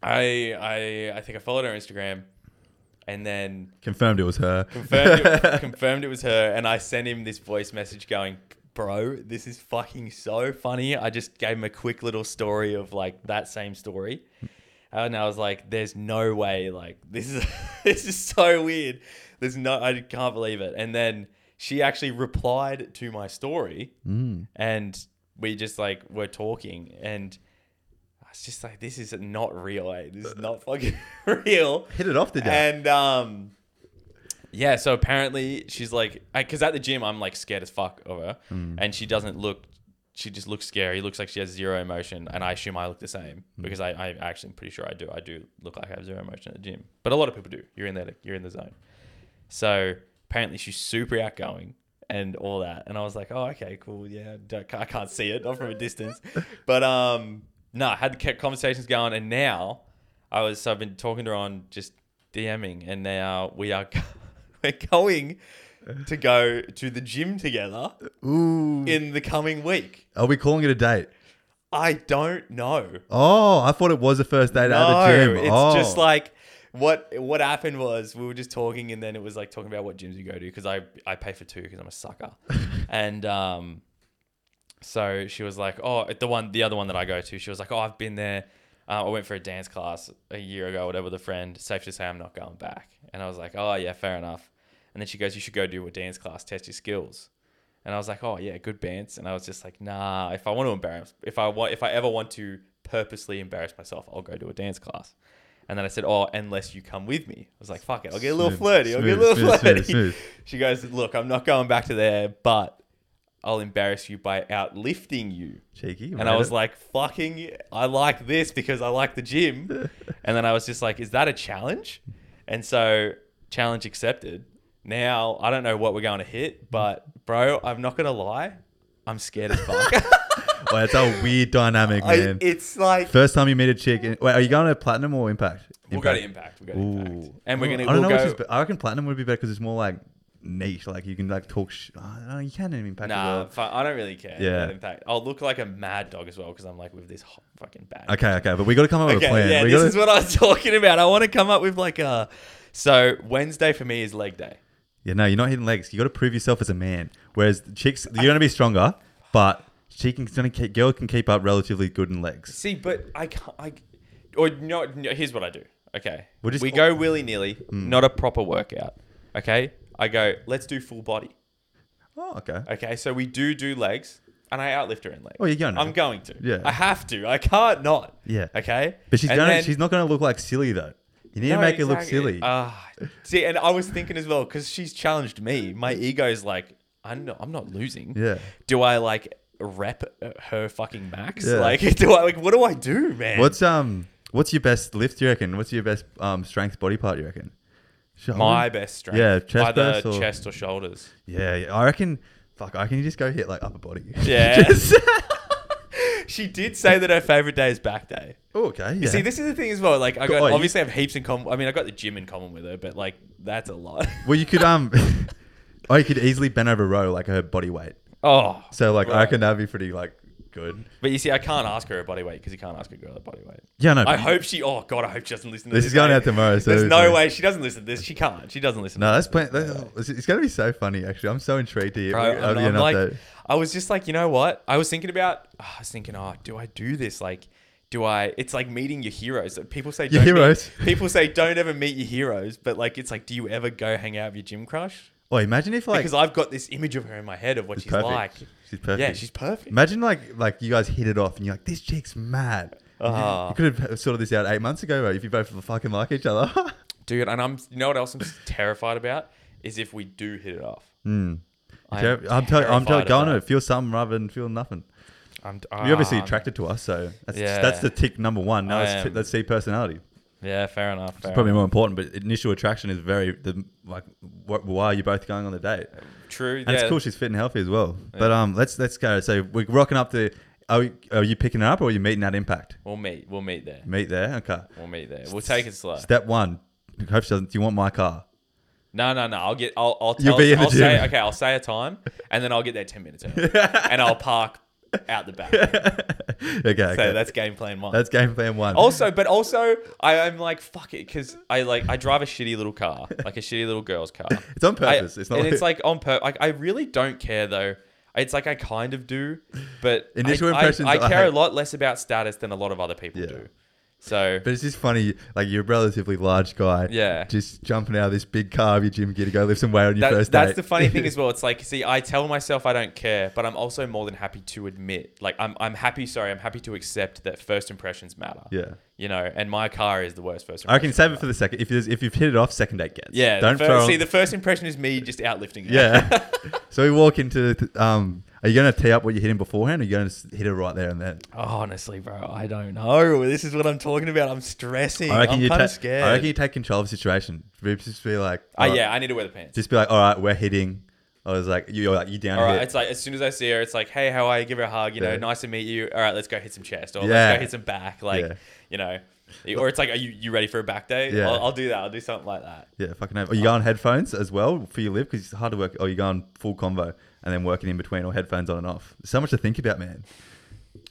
I I I think I followed her on Instagram, and then
Confirmed it was her.
confirmed it, confirmed it was her and i sent him this voice message going bro this is fucking so funny i just gave him a quick little story of like that same story and i was like there's no way like this is this is so weird there's no i can't believe it and then she actually replied to my story
Mm.
and we just like were talking and I was just like, this is not real, eh? This is not fucking real.
Hit it off today.
And um, yeah, so apparently she's like, because at the gym I'm like scared as fuck of her, and she doesn't look. She just looks scary. Looks like she has zero emotion, and I assume I look the same because I, I actually am pretty sure I do. I do look like I have zero emotion at the gym, but a lot of people do. You're in there, you're in the zone. So apparently she's super outgoing and all that. And I was like, oh, okay, cool. Yeah, don't, I can't see it. Not from a distance. But um, no, I had kept conversations going. And now I was, so I've been talking to her on just DMing. And now we are, we're going to go to the gym together
Ooh.
in the coming week.
Are we calling it a date?
I don't know.
Oh, I thought it was the first date
No,
at the gym.
it's
oh.
just like what what happened was we were just talking, and then it was like talking about what gyms you go to because I I pay for two because I'm a sucker, and um, so she was like, oh, the one the other one that I go to, she was like, oh, I've been there. Uh, I went for a dance class a year ago, or whatever. With a friend, safe to say, I'm not going back. And I was like, oh yeah, fair enough. And then she goes, you should go do a dance class, test your skills. And I was like, oh yeah, good bands. And I was just like, nah, if I want to embarrass, if I want, if I ever want to purposely embarrass myself, I'll go to a dance class. And then I said, oh, unless you come with me. I was like, fuck it, I'll get a little
Smooth,
flirty. I'll get a
smooth,
little
smooth,
flirty.
smooth, smooth.
She goes, look, I'm not going back to there, but I'll embarrass you by outlifting you.
cheeky.
And I was like, fucking, I like this because I like the gym. and then I was just like, is that a challenge? And so challenge accepted. Now I don't know what we're going to hit, but bro, I'm not gonna lie, I'm scared as fuck.
Well, it's a weird dynamic, man.
I- it's like
First time you meet a chick, and, wait, are you going to platinum or impact?
we'll go to impact. We'll go to impact, and we're
Ooh. Oh,
gonna.
I don't
we'll
know.
go,
which is be- I reckon platinum would be better because it's more like niche. Like you can like talk. Sh- I don't know, you can in impact.
Nah,
As
fu- I don't really care.
Yeah.
about impact. I'll look like a mad dog as well because I'm like with this hot fucking bag.
well. Okay, okay, but we got to come up with a plan.
Okay, yeah,
we
this
gotta-
is what I was talking about. I want to come up with like a. So Wednesday for me is leg day.
yeah, no, you're not hitting legs. You got to prove yourself as a man. Whereas the chicks, you're going to be stronger, but she can gonna keep, girl can keep up relatively good in legs.
See, but I can't. I, or no, no, here's what I do. Okay,
We're just- Mm.
we go willy nilly, not a proper workout. Okay, I go. Let's do full body.
Oh, okay.
Okay, so we do do legs, and I outlift her in legs.
Well, Oh, you're gonna.
I'm going to.
Yeah.
I have to. I can't not.
Yeah.
Okay.
But she's
And
gonna,
then-
she's not going to look like silly though. You need to
No,
make her look
exactly.
silly.
Ah, see, and I was thinking as well because she's challenged me. My ego's like, I'm not, I'm not losing.
Yeah.
Do I like rep uh, her fucking max?
Yeah.
Like, do I like what do I do, man?
What's um what's your best lift you reckon? What's your best um strength body part you reckon? Shoulder?
my best strength?
Yeah, chest
either
press or-
chest or shoulders.
Yeah, yeah, I reckon fuck, I reckon you just go hit like upper body.
Yeah.
Just-
She did say that her favorite day is back day.
oh, okay. Yeah.
See, this is the thing as well. Like, I got
Oh, you-
obviously I have heaps in common. I mean, I got the gym in common with her, but like that's a lot.
well you could um Oh, you could easily bend over row like her body weight.
oh,
So like I
Right.
reckon that'd be pretty like good.
but you see, I can't ask her her body weight because you can't ask a girl her body weight.
Yeah, no.
I hope she. Oh God, I hope she doesn't listen. to
This
This,
is going
eh?
out tomorrow, so
There's
it's
no
like-
way she doesn't listen to this. She can't. She doesn't listen. to
No, that's
this.
plan- that's, it's gonna be so funny. Actually, I'm so intrigued to hear.
Bro,
I'll
I'm,
be
I'm
an
like,
update.
I was just like, you know what? I was thinking about. I was thinking, oh, do I do this? Like, do I? It's like meeting your heroes. People say don't
Your
meet-
heroes.
people say don't ever meet your heroes, but like, it's like, do you ever go hang out with your gym crush?
Oh, imagine if like
Because I've got this image of her in my head of what she's,
she's perfect.
like.
she's perfect.
Yeah, she's perfect.
Imagine like like you guys hit it off and you're like, this chick's mad.
Ah.
You could have sorted this out eight months ago, bro. If you both fucking like each other.
dude. And I'm. You know what else I'm terrified about is if we do hit it off.
mm.
I
I'm,
am
I'm, tell- I'm tell-
terrified
go on
of
it. Feel something rather than feel nothing.
I'm,
You're obviously
ah,
attracted to us, so that's
Yeah.
that's the tick number one. Now
I
let's, t-
am.
let's see personality.
Yeah, fair enough. fair
It's probably more important, but initial attraction is very the like wh- why you're both going on the date.
True.
And
yeah.
it's cool she's fit and healthy as well. But um, let's let's go. So we're rocking up the. Are, we, are you picking her up or are you meeting that impact?
We'll meet. We'll meet there.
Meet there. Okay.
We'll meet there. We'll take it slow.
Step one. Hope she doesn't. Do you want my car?
No, no, no. I'll get. I'll. I'll
You'll
tell.
be in the
I'll say.
gym.
Okay. I'll say a time, and then I'll get there ten minutes early, and I'll park out the back. So
okay. okay.
that's game plan one.
That's game plan one.
also, but also, I am like fuck it because I like I drive a shitty little car, like a shitty little girl's car.
it's on
I-
purpose. it's not.
and
Like,
it's like on purpose. Like I really don't care though. It's like I kind of do, but I-
Initial
I,
impressions
I,
are-
care a lot less about status than a lot of other people
Yeah.
do. So
but it's just funny. Like you're a relatively large guy.
Yeah.
Just jumping out of this big car of your gym gear to go lift some weight on your
That-
first
that's
date.
the funny thing as well. It's like, see, I tell myself I don't care, but I'm also more than happy to admit, like, I'm, I'm happy, sorry, I'm happy to accept that first impressions matter.
yeah.
You know, and my car is the worst first
I
impression.
reckon save it for the second. If there's, if you've hit it off, second date gets.
yeah.
Don't
the fir-
throw.
see, the first impression is me just outlifting it.
yeah. so we walk into. th- Um. Are you gonna tee up what you hit him beforehand? Or are you gonna s- hit it right there and then?
Oh, Honestly, bro, I don't know. This is what I'm talking about. I'm stressing.
I reckon
I'm
you
kind
ta-
of scared.
I reckon you take control of the situation. Just be like.
oh,
alright,
yeah, I need to wear the pants.
Just be like, all right, we're hitting. I was like, you're like, you down
All
to
right,
hit.
it's like as soon as I see her, it's like, hey, how are you? Give her a hug, you know,
Yeah.
nice to meet you. All right, let's go hit some chest, or
Yeah.
let's go hit some back, like,
Yeah.
you know, or it's like, are you you ready for a back day?
Yeah.
I'll, I'll do that. I'll do something like that.
Yeah, fucking. Have. Are you going headphones as well for your live? Because it's hard to work. Or you going full combo and then working in between, or headphones on and off. There's so much to think about, man.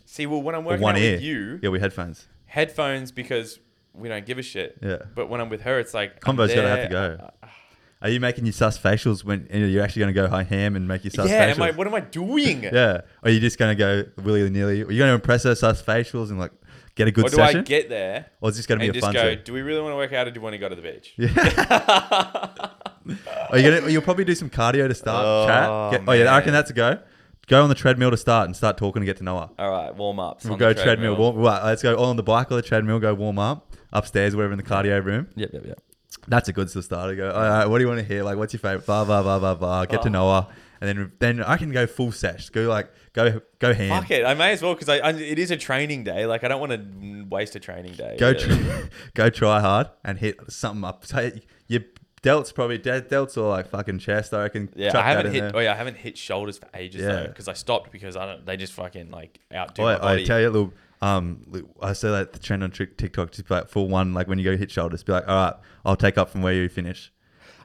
See, well, when I'm
Or
working
one
out
ear.
with you,
Yeah, we headphones.
headphones because we don't give a shit.
Yeah.
But when I'm with her, it's like I'm
Combo's gotta have to
there. uh,
go. Are you making your sus facials when and you're actually gonna go high ham and make your sus
yeah.
facials?
Am I, what am I doing?
yeah. Or are you just gonna go willy nilly? Are you gonna impress her sus facials and like get a good
Or do
session?
I get there
or is this gonna be
and
a
just
fun?
go?
Go,
Do we really want to work out, or do we want to go to the beach?
are you gonna? You'll probably do some cardio to start.
Oh,
chat. Get, oh yeah, I reckon
man.
that's a go. Go on the treadmill to start and start talking to get to know her.
All right, warm ups.
We'll go treadmill. Warm, well, let's go all on the bike or the treadmill. Go warm up upstairs, wherever in the cardio room.
Yep, yep, yep.
That's a good sort of start. I go. All right, what do you want to hear? Like, what's your favorite? Blah blah blah blah blah.
Oh.
Get to know her, and then then I can go full sesh. Go like go go hand.
Fuck it. I may as well because I, I it is a training day. Like I don't want to and waste a training day.
Go
really.
try, go try hard and hit something up. So your delts probably de- delts or like fucking chest. I reckon.
Yeah,
chuck
I haven't
that in
hit.
there.
Oh yeah, I haven't hit shoulders for ages
Yeah.
though, because I stopped because I don't. They just fucking like outdo
I,
my body.
I tell you a little. Um, li- I saw that the trend on Tik- TikTok just be like full one, like when you go hit shoulders, be like, all right, I'll take up from where you finish.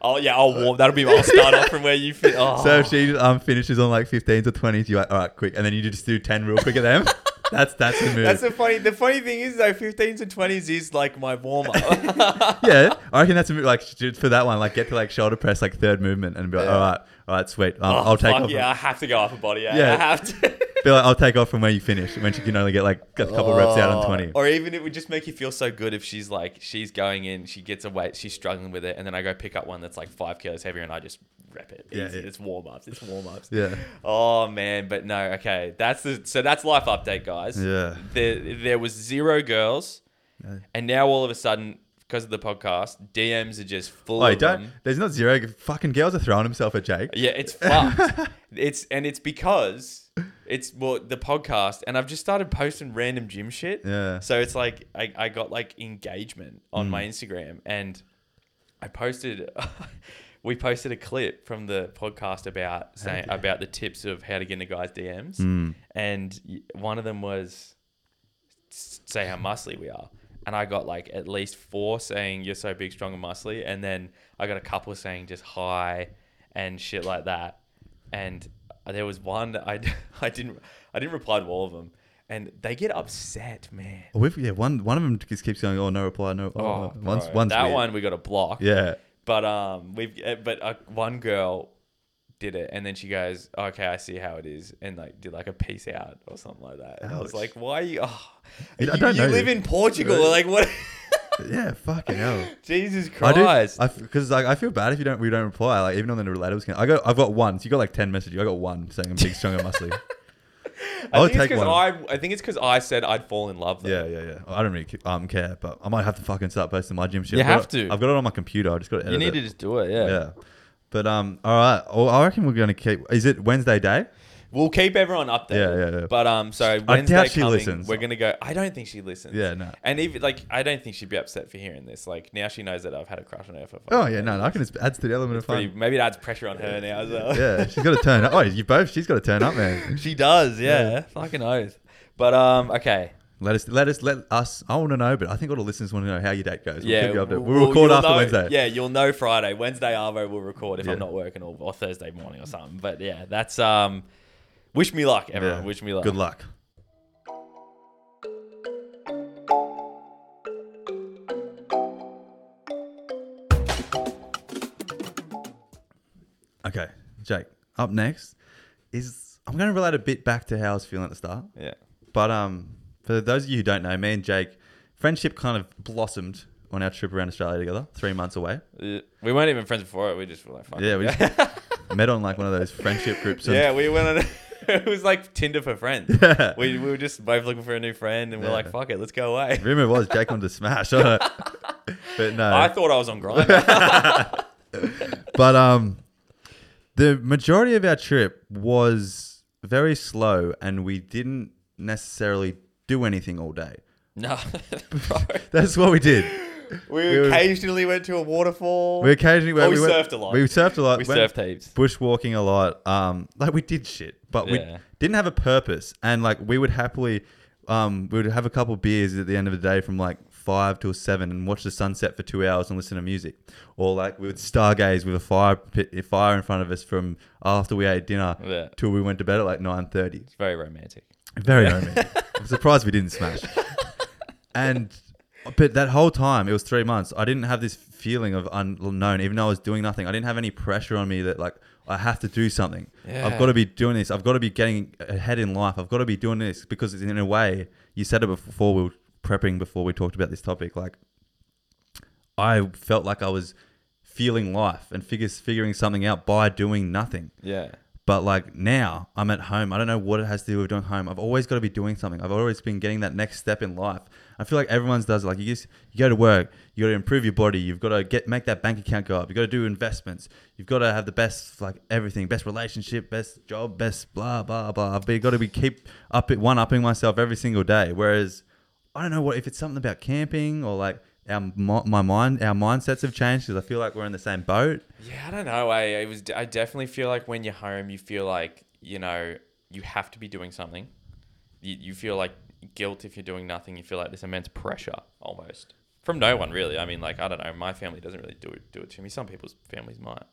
oh yeah, I'll warm. That'll be. My, I'll start off from where you fit. Oh.
So if she um finishes on like 15s or 20s, you're like, all right, quick, and then you just do 10 real quick at them. that's that's the move.
that's the funny. The funny thing is though, 15s and 20s is like my warm up.
yeah, I reckon that's a move, like sh- for that one, like get to like shoulder press, like third movement, and be like,
Yeah.
all right, all right, sweet, um,
Oh,
I'll take
fuck
off.
Yeah, I have to go off a body. Yeah,
Yeah.
I have to.
Be like, I'll take off from where you finish when she can only get like a couple reps out on
Oh,
20.
Or even it would just make you feel so good if she's like, she's going in, she gets a weight, she's struggling with it, and then I go pick up one that's like five kilos heavier and I just rep it.
Yeah,
Easy.
yeah.
It's warm ups. It's warm ups.
Yeah.
Oh man, but no, okay. That's the so that's life update, guys.
Yeah.
There there was zero girls,
Yeah.
and now all of a sudden, because of the podcast, DMs are just full.
Wait,
of
Oh, don't.
them.
There's not zero. Fucking girls are throwing himself at Jake.
Yeah, it's fucked. it's and it's because it's well the podcast, and I've just started posting random gym shit.
Yeah.
So it's like I, I got like engagement on my Instagram, and I posted. we posted a clip from the podcast about saying about the tips of how to get into guys' DMs, and y- one of them was s- say how muscly we are. And I got like at least four saying you're so big, strong, and muscly. And then I got a couple saying just hi and shit like that. And there was one that I, I didn't I didn't reply to all of them, and they get upset, man.
Oh, we've, yeah, one one of them just keeps going. Oh no reply, no. Oh,
Oh,
oh, one's
bro.
one's
that
weird.
one we got a block.
Yeah,
But um, we've uh, but uh, one girl did it, and then she goes, "Okay, I see how it is," and like did like a peace out or something like that. And I was
Ouch.
like, "Why are you? Oh,
I
you,
don't
you
know
live
this.
in Portugal? Like what?
yeah. Fucking hell.
Jesus
I do.
Christ!
I because like I feel bad if you don't we don't reply. Like even on the relatable skin, I got I've got one. So you got like ten messages. I got one saying I'm big, strong, and muscly.
I,
I'll
think it's
take
'cause
one.
I, I think it's because I said I'd fall in love. Though.
yeah, yeah, yeah. I don't really ca- um care, but I might have to fucking start posting my gym shit.
You
I've got
have
it-
to.
I've got it on my computer. I just got to edit
you need to
it.
just do it.
Yeah.
Yeah.
But um, all right. Well, I reckon we're gonna keep. Is it Wednesday day?
We'll keep everyone updated.
Yeah, yeah, yeah.
But um, so
doubt
Wednesday
she
coming,
listens.
we're gonna go. I don't think she listens.
Yeah, no.
And even like, I don't think she'd be upset for hearing this. Like now she knows that I've had a crush on her for.
Oh
fucking
yeah, no, no, I can. It adds to the element of fun.
pretty, maybe it adds pressure on her now as well.
yeah, she's got to turn up. Oh, you both. She's got to turn up, man.
she does. Yeah, fucking oath. But um, okay,
Let us, let us, let us. I want to know, but I think all the listeners want to know how your date goes. We'll
yeah,
keep you updated.
we'll-
We'll, record
you'll
after
know-
Wednesday.
Yeah, you'll know Friday, Wednesday, Arvo will record if
Yeah.
I'm not working or, or Thursday morning or something. But yeah, that's um, wish me luck, everyone.
Yeah.
Wish me luck.
Good luck. Okay, Jake. Up next is I'm going to relate a bit back to how I was feeling at the start.
Yeah.
But um, for those of you who don't know, me and Jake, friendship kind of blossomed on our trip around Australia together, three months away.
Uh, We weren't even friends before it. We just were like, fuck
Yeah, we just met on like one of those friendship groups. and-
yeah, we went on. it was like Tinder for friends. We, we were just both looking for a new friend, and we're
Yeah.
like, fuck it, let's go away.
Rumor was Jake wanted to smash. I don't know. but no.
I thought I was on Grindr.
but um, the majority of our trip was very slow, and we didn't necessarily do anything all day.
no, bro.
That's what we did.
We,
were-
occasionally went to a waterfall.
We occasionally
Oh, we
went-
surfed a lot.
We surfed a lot.
We
went
surfed heaps.
bushwalking a lot. Um, like we did shit, but
Yeah.
we didn't have a purpose. And like we would happily, um, we would have a couple beers at the end of the day from like five till seven and watch the sunset for two hours and listen to music, or like we would stargaze with a fire pit, a fire in front of us from after we ate dinner
Yeah.
till we went to bed at like nine thirty.
It's very romantic.
Very romantic. I'm surprised we didn't smash. And but that whole time, it was three months. I didn't have this feeling of unknown, even though I was doing nothing. I didn't have any pressure on me that like I have to do something.
Yeah.
I've got to be doing this. I've got to be getting ahead in life. I've got to be doing this because in a way, you said it before we were prepping before we talked about this topic. Like I felt like I was feeling life and figures figuring something out by doing nothing.
Yeah.
But like now, I'm at home. I don't know what it has to do with doing home. I've always got to be doing something. I've always been getting that next step in life. I feel like everyone's does. it. Like you just you go to work, you got to improve your body. You've got to get make that bank account go up. You got to do investments. You've got to have the best like everything, best relationship, best job, best blah blah blah. But you got to be keep up one upping myself every single day. Whereas I don't know what if it's something about camping or like our mi- my mind our mindsets have changed because I feel like we're in the same boat.
Yeah, I don't know. I it was. I definitely feel like when you're home, you feel like you know you have to be doing something. You, you feel like guilt if you're doing nothing. You feel like this immense pressure almost from no one really. I mean, like I don't know. My family doesn't really do it do it to me. Some people's families might,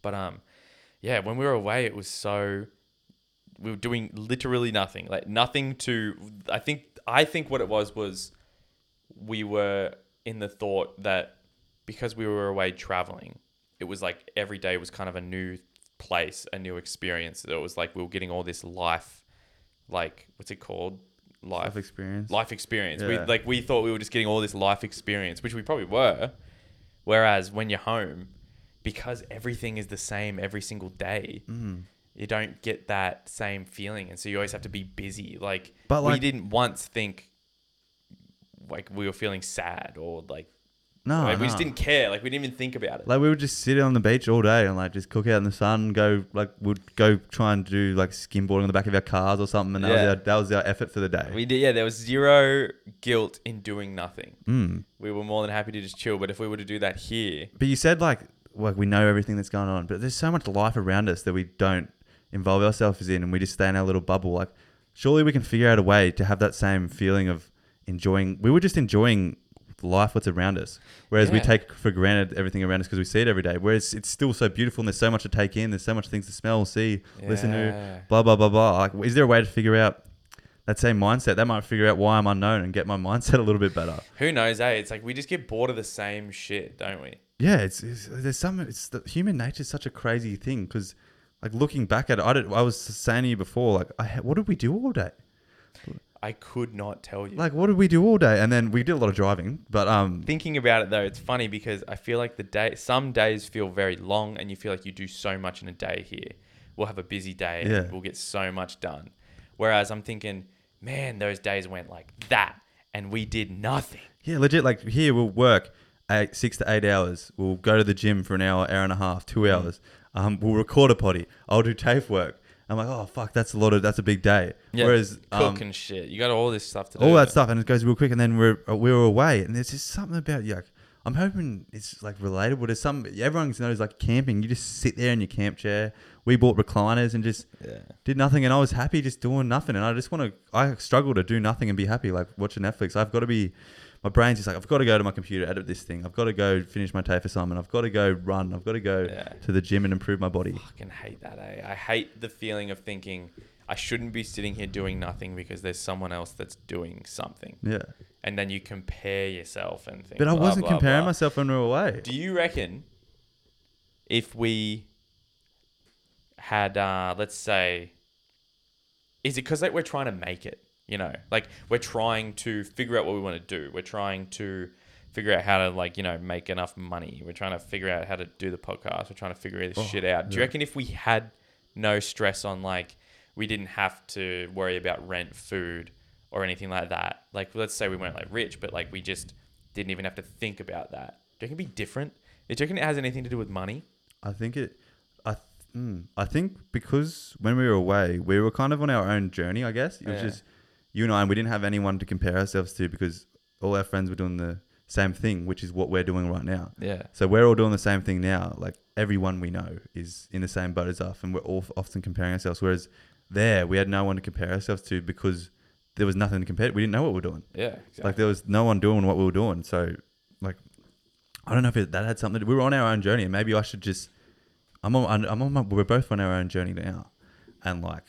but um, yeah. When we were away, it was so we were doing literally nothing. Like nothing to. I think I think what it was was we were in the thought that because we were away traveling, it was like every day was kind of a new place, a new experience. So It was like we were getting all this life, like what's it called?
Life
Life
experience.
life experience.
Yeah.
We like we thought we were just getting all this life experience, which we probably were. Whereas when you're home, because everything is the same every single day,
Mm.
you don't get that same feeling, and so you always have to be busy. Like,
But,
we
like-
didn't once think like we were feeling sad or like,
No,
like, we
Oh, no.
just didn't care. Like we didn't even think about it.
Like we would just sit on the beach all day and like just cook out in the sun. Go like we'd go try and do like skimboarding on the back of our cars or something, and that
Yeah.
was our that was our effort for the day.
we did, yeah. There was zero guilt in doing nothing.
mm.
We were more than happy to just chill. But if we were to do that here,
But you said like like we know everything that's going on, but there's so much life around us that we don't involve ourselves in, and we just stay in our little bubble. Like surely we can figure out a way to have that same feeling of enjoying. We were just enjoying life what's around us, whereas we
Yeah.
take for granted everything around us because we see it every day. Whereas it's still so beautiful, and there's so much to take in. There's so much things to smell, see, listen
Yeah.
to, blah blah blah blah. Like, is there a way to figure out? That same mindset, that might figure out why I'm unknown and get my mindset a little bit better.
Who knows, eh? It's like we just get bored of the same shit, don't we?
yeah, it's, it's there's some it's the human nature is such a crazy thing because like looking back at it, I, did, I was saying to you before like I, ha- what did we do all day?
I could not tell you.
Like what did we do all day? And then we did a lot of driving, but um
Thinking about it though, it's funny because I feel like the day some days feel very long and you feel like you do so much in a day here. We'll have a busy day and
Yeah.
we'll get so much done. Whereas I'm thinking, man, those days went like that and we did nothing.
yeah, legit like here we'll work eight, six to eight hours. We'll go to the gym for an hour, hour and a half, two hours. Um, we'll record a potty. I'll do TAFE work. I'm like, oh fuck, that's a lot of that's a big day. Whereas
cook
um,
and shit. You got all this stuff to do.
all that stuff, and it goes real quick, and then we're we were away, and there's just something about like I'm hoping it's like relatable to some. Everyone knows like camping, you just sit there in your camp chair. We bought recliners and just
Yeah.
did nothing, and I was happy just doing nothing, and I just want to. I struggle to do nothing and be happy, like watching Netflix. I've got to be. My brain's just like I've got to go to my computer, edit this thing. I've got to go finish my TAFE assignment. I've got to go run. I've got to go
Yeah.
to the gym and improve my body.
fucking hate that. Eh? I hate the feeling of thinking I shouldn't be sitting here doing nothing because there's someone else that's doing something.
Yeah,
and then you compare yourself and think.
but I
blah,
wasn't
blah,
comparing
blah.
myself when we were away.
Do you reckon if we had, uh, let's say, is it because like we're trying to make it? You know, like we're trying to figure out what we want to do. We're trying to figure out how to like you know make enough money. We're trying to figure out how to do the podcast. We're trying to figure this shit out. Do you reckon if we had no stress on like we didn't have to worry about rent, food, or anything like that? Like let's say we weren't like rich, but like we just didn't even have to think about that. Do you reckon it'd be different? Do you reckon it has anything to do with money?
I think it. I th- mm, I think because when we were away, we were kind of on our own journey. I guess it was
Yeah.
just you and I, and we didn't have anyone to compare ourselves to because all our friends were doing the same thing, which is what we're doing right now.
Yeah.
So we're all doing the same thing now. Like everyone we know is in the same boat as us, and we're all often comparing ourselves. Whereas there, we had no one to compare ourselves to because there was nothing to compare. We didn't know what we were doing.
Yeah.
Like there was no one doing what we were doing. So like, I don't know if it, that had something. To, we were on our own journey, and maybe I should just. I'm on. I'm on. My, we're both on our own journey now, and like,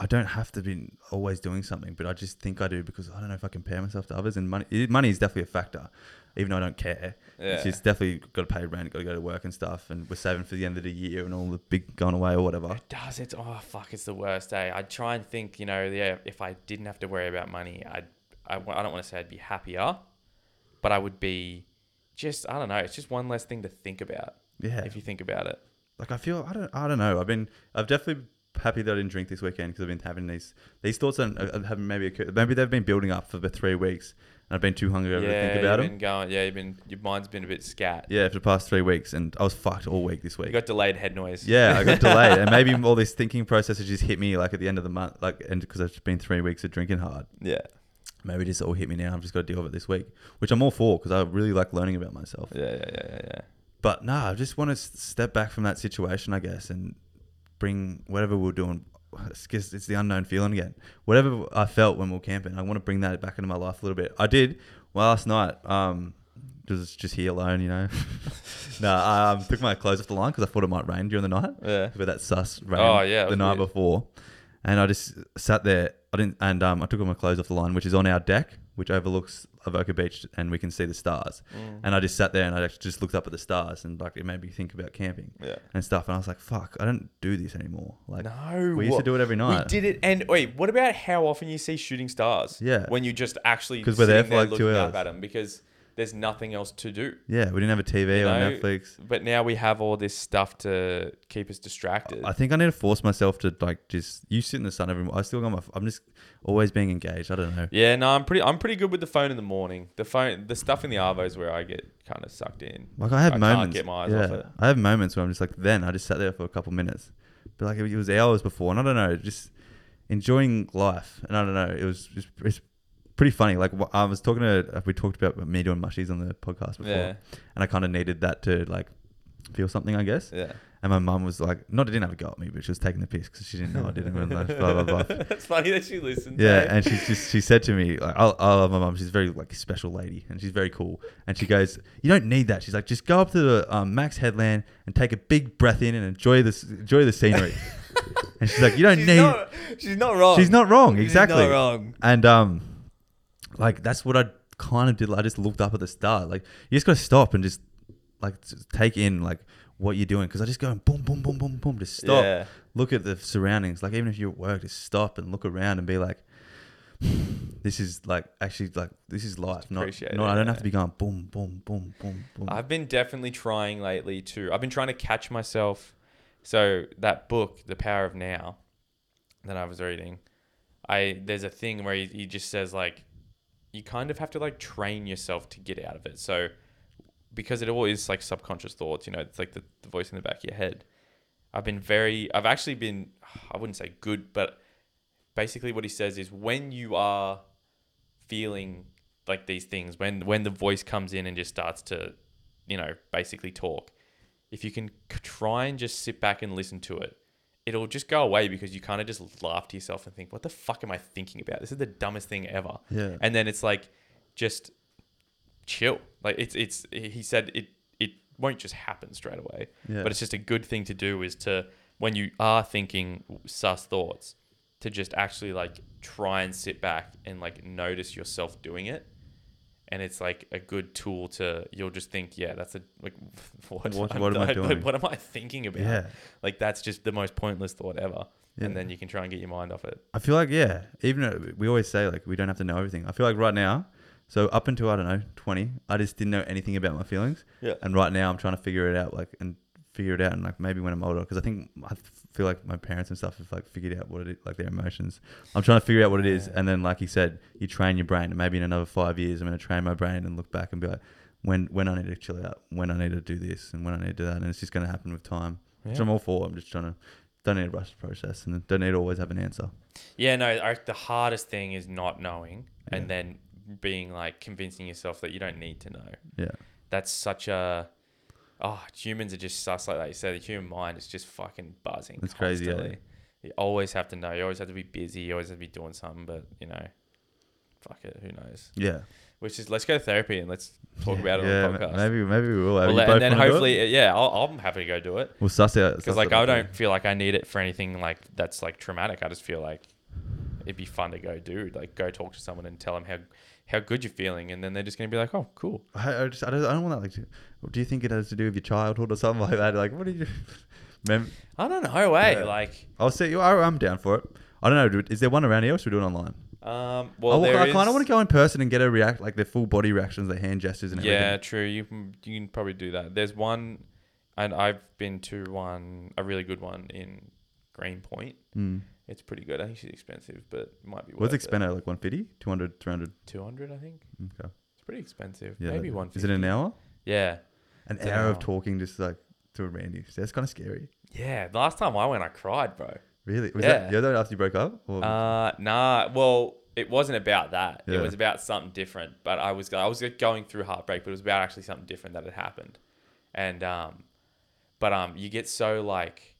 I don't have to be always doing something, but I just think I do because I don't know if I compare myself to others. And money, it- money is definitely a factor, even though I don't care. It's
Yeah.
just definitely got to pay rent, got to go to work and stuff, and we're saving for the end of the year and all the big going away or whatever.
It does. It's oh fuck. It's the worst day. I try and think. You know, yeah. If I didn't have to worry about money, I'd. I, w- I don't want to say I'd be happier, but I would be. Just I don't know. It's just one less thing to think about.
Yeah.
If you think about it.
like I feel I don't I don't know. I've been I've definitely been happy that I didn't drink this weekend because I've been having these these thoughts and uh, have maybe occurred, maybe they've been building up for the three weeks and I've been too hungover to
yeah.
think about
you've
them.
been going. Yeah. You've been. Your mind's been a bit scat.
Yeah, for the past three weeks and I was fucked all week this
You
week.
got delayed head noise.
Yeah, I got delayed and maybe all this thinking process has just hit me like at the end of the month, like and because I've just been three weeks of drinking hard.
Yeah.
maybe this all hit me now. I've just got to deal with it this week, which I'm all for because I really like learning about myself.
Yeah, yeah, yeah, yeah, yeah.
But no, I just want to s- step back from that situation, I guess, and bring whatever we we're doing. It's, just, it's the unknown feeling again. Whatever I felt when we were camping, I want to bring that back into my life a little bit. I did well last night. Um, was just here alone, you know. no, I um, took my clothes off the line because I thought it might rain during the night.
Yeah.
With that sus rain
Oh, yeah, it
the
was
night
weird.
before, and I just sat there. I didn't, and um, I took all my clothes off the line, which is on our deck, which overlooks Avoca Beach, and we can see the stars.
Mm.
And I just sat there and I actually just looked up at the stars, and like it made me think about camping
Yeah.
and stuff. And I was like, "Fuck, I don't do this anymore." Like,
No,
we used to
what-
do it every
We
night.
did it, and wait, what about how often you see shooting stars?
Yeah.
when you just actually
'Cause we're there
sitting
for like two
looking
hours.
up at them because there's nothing else to do.
Yeah, we didn't have a TV or
know,
Netflix.
But now we have all this stuff to keep us distracted.
I think I need to force myself to like just you sit in the sun every. mo- I still got my. f- I'm just always being engaged. I don't know.
yeah, no, I'm pretty. I'm pretty good with the phone in the morning. The phone, the stuff in the arvos where I get kind of sucked in.
Like I have
I can't
moments.
get my eyes
yeah,
off it.
I have moments where I'm just like, then I just sat there for a couple minutes, but like it was hours before, and I don't know, just enjoying life. And I don't know, it was just, it's pretty funny. Like wh- I was talking to, uh, we talked about me doing mushies on the podcast before,
Yeah.
and I kind of needed that to like feel something, I guess.
Yeah,
And my mum was like, not didn't have a go at me, but she was taking the piss because she didn't know I did it. And like, blah blah blah.
it's funny that she listens.
Yeah,
eh?
and she's just she said to me, like, I, I love my mum. She's a very like special lady, and she's very cool. And she goes, "You don't need that." She's like, "Just go up to the um, Max Headland and take a big breath in and enjoy this, enjoy the scenery." and she's like, "You don't
she's
need."
Not, she's not wrong.
She's not wrong,
She's
exactly.
not wrong.
And um, like that's what I kind of did. I just looked up at the star. Like you just gotta stop and just like t- take in like what you're doing because I just go and boom, boom, boom, boom, boom. Just stop.
Yeah.
Look at the surroundings. Like even if you're at work, just stop and look around and be like, this is like actually like this is life. Not,
appreciate
not
it,
I don't
yeah.
have to be going boom, boom, boom, boom, boom.
I've been definitely trying lately to. I've been trying to catch myself. So that book, The Power of Now, that I was reading, I there's a thing where he, he just says like, you kind of have to like train yourself to get out of it. So because it all is like subconscious thoughts, you know, it's like the, the voice in the back of your head. I've been very. I've actually been. I wouldn't say good, but basically what he says is when you are feeling like these things when when the voice comes in and just starts to you know basically talk if you can c- try and just sit back and listen to it it'll just go away because you kind of just laugh to yourself and think what the fuck am i thinking about this is the dumbest thing ever
Yeah.
and then it's like just chill like it's it's he said it it won't just happen straight away
Yeah.
but it's just a good thing to do is to when you are thinking sus thoughts to just actually like try and sit back and like notice yourself doing it and it's like a good tool to you'll just think yeah that's a like what,
What-
I'm
what am I
doing?
doing?
what am i thinking about
Yeah.
like that's just the most pointless thought ever
Yeah.
and then you can try and get your mind off it
I feel like yeah, even though we always say like we don't have to know everything. I feel like right now, so up until I don't know twenty, I just didn't know anything about my feelings.
Yeah.
And right now, I'm trying to figure it out, like and figure it out, and like maybe when I'm older, because I think I feel like my parents and stuff have like figured out what it like their emotions. I'm trying to figure out what it is,
Yeah.
and then like you said, you train your brain, and maybe in another five years, I'm gonna train my brain and look back and be like, when when I need to chill out, when I need to do this, and when I need to do that, and it's just gonna happen with time. Which
Yeah.
I'm all for. I'm just trying to. Don't need to rush the process and don't need to always have an answer.
yeah no I, the hardest thing is not knowing and then being like convincing yourself that you don't need to know
Yeah.
that's such a oh humans are just sus like that you say the human mind is just fucking buzzing
It's crazy, eh? yeah.
constantly. you always have to know you always have to be busy you always have to be doing something but you know fuck it who knows
Yeah.
which is let's go to therapy and let's talk about it on the
ma-
podcast
Maybe maybe we will. Have
Well,
you both
and then
wanna do
hopefully yeah I'll, i'm happy to go do it
it? we'll suss out
because like i don't feel like i need it for anything like that's like traumatic i just feel like it'd be fun to go do like go talk to someone and tell them how how good you're feeling and then they're just gonna be like oh cool
I, I just I don't, I don't want that. Like, to- do you think it has to do with your childhood or something like that? Like, what do you? Mem-
i don't know way
Yeah.
like
I'll see you. I- I'm down for it. I don't know. do- Is there one around here, or should we do it online?
Um,
I
well,
wa-
there
I, kind
is-
of want to go in person and get a react, like their full body reactions, their hand gestures, and
Yeah,
everything.
true. You can you can probably do that. There's one, and I've been to one, a really good one in Greenpoint.
Mm.
It's pretty good. I think she's expensive, but it might be worth
What's expensive? Like 150, 200, 300?
Two hundred, I think.
Okay.
It's pretty expensive.
Yeah.
Maybe
that-
one.
Is it an hour?
Yeah,
An
It's
hour
an
of
hour.
talking, just like to Randy. So that's kind of scary.
yeah. The last time I went, I cried, bro.
Really? Was
Yeah.
that? Yeah. That after you broke up? Or?
Uh, nah. Well, it wasn't about that.
Yeah.
It was about something different. But I was I was going through heartbreak, but it was about actually something different that had happened. And um, but um, you get so like,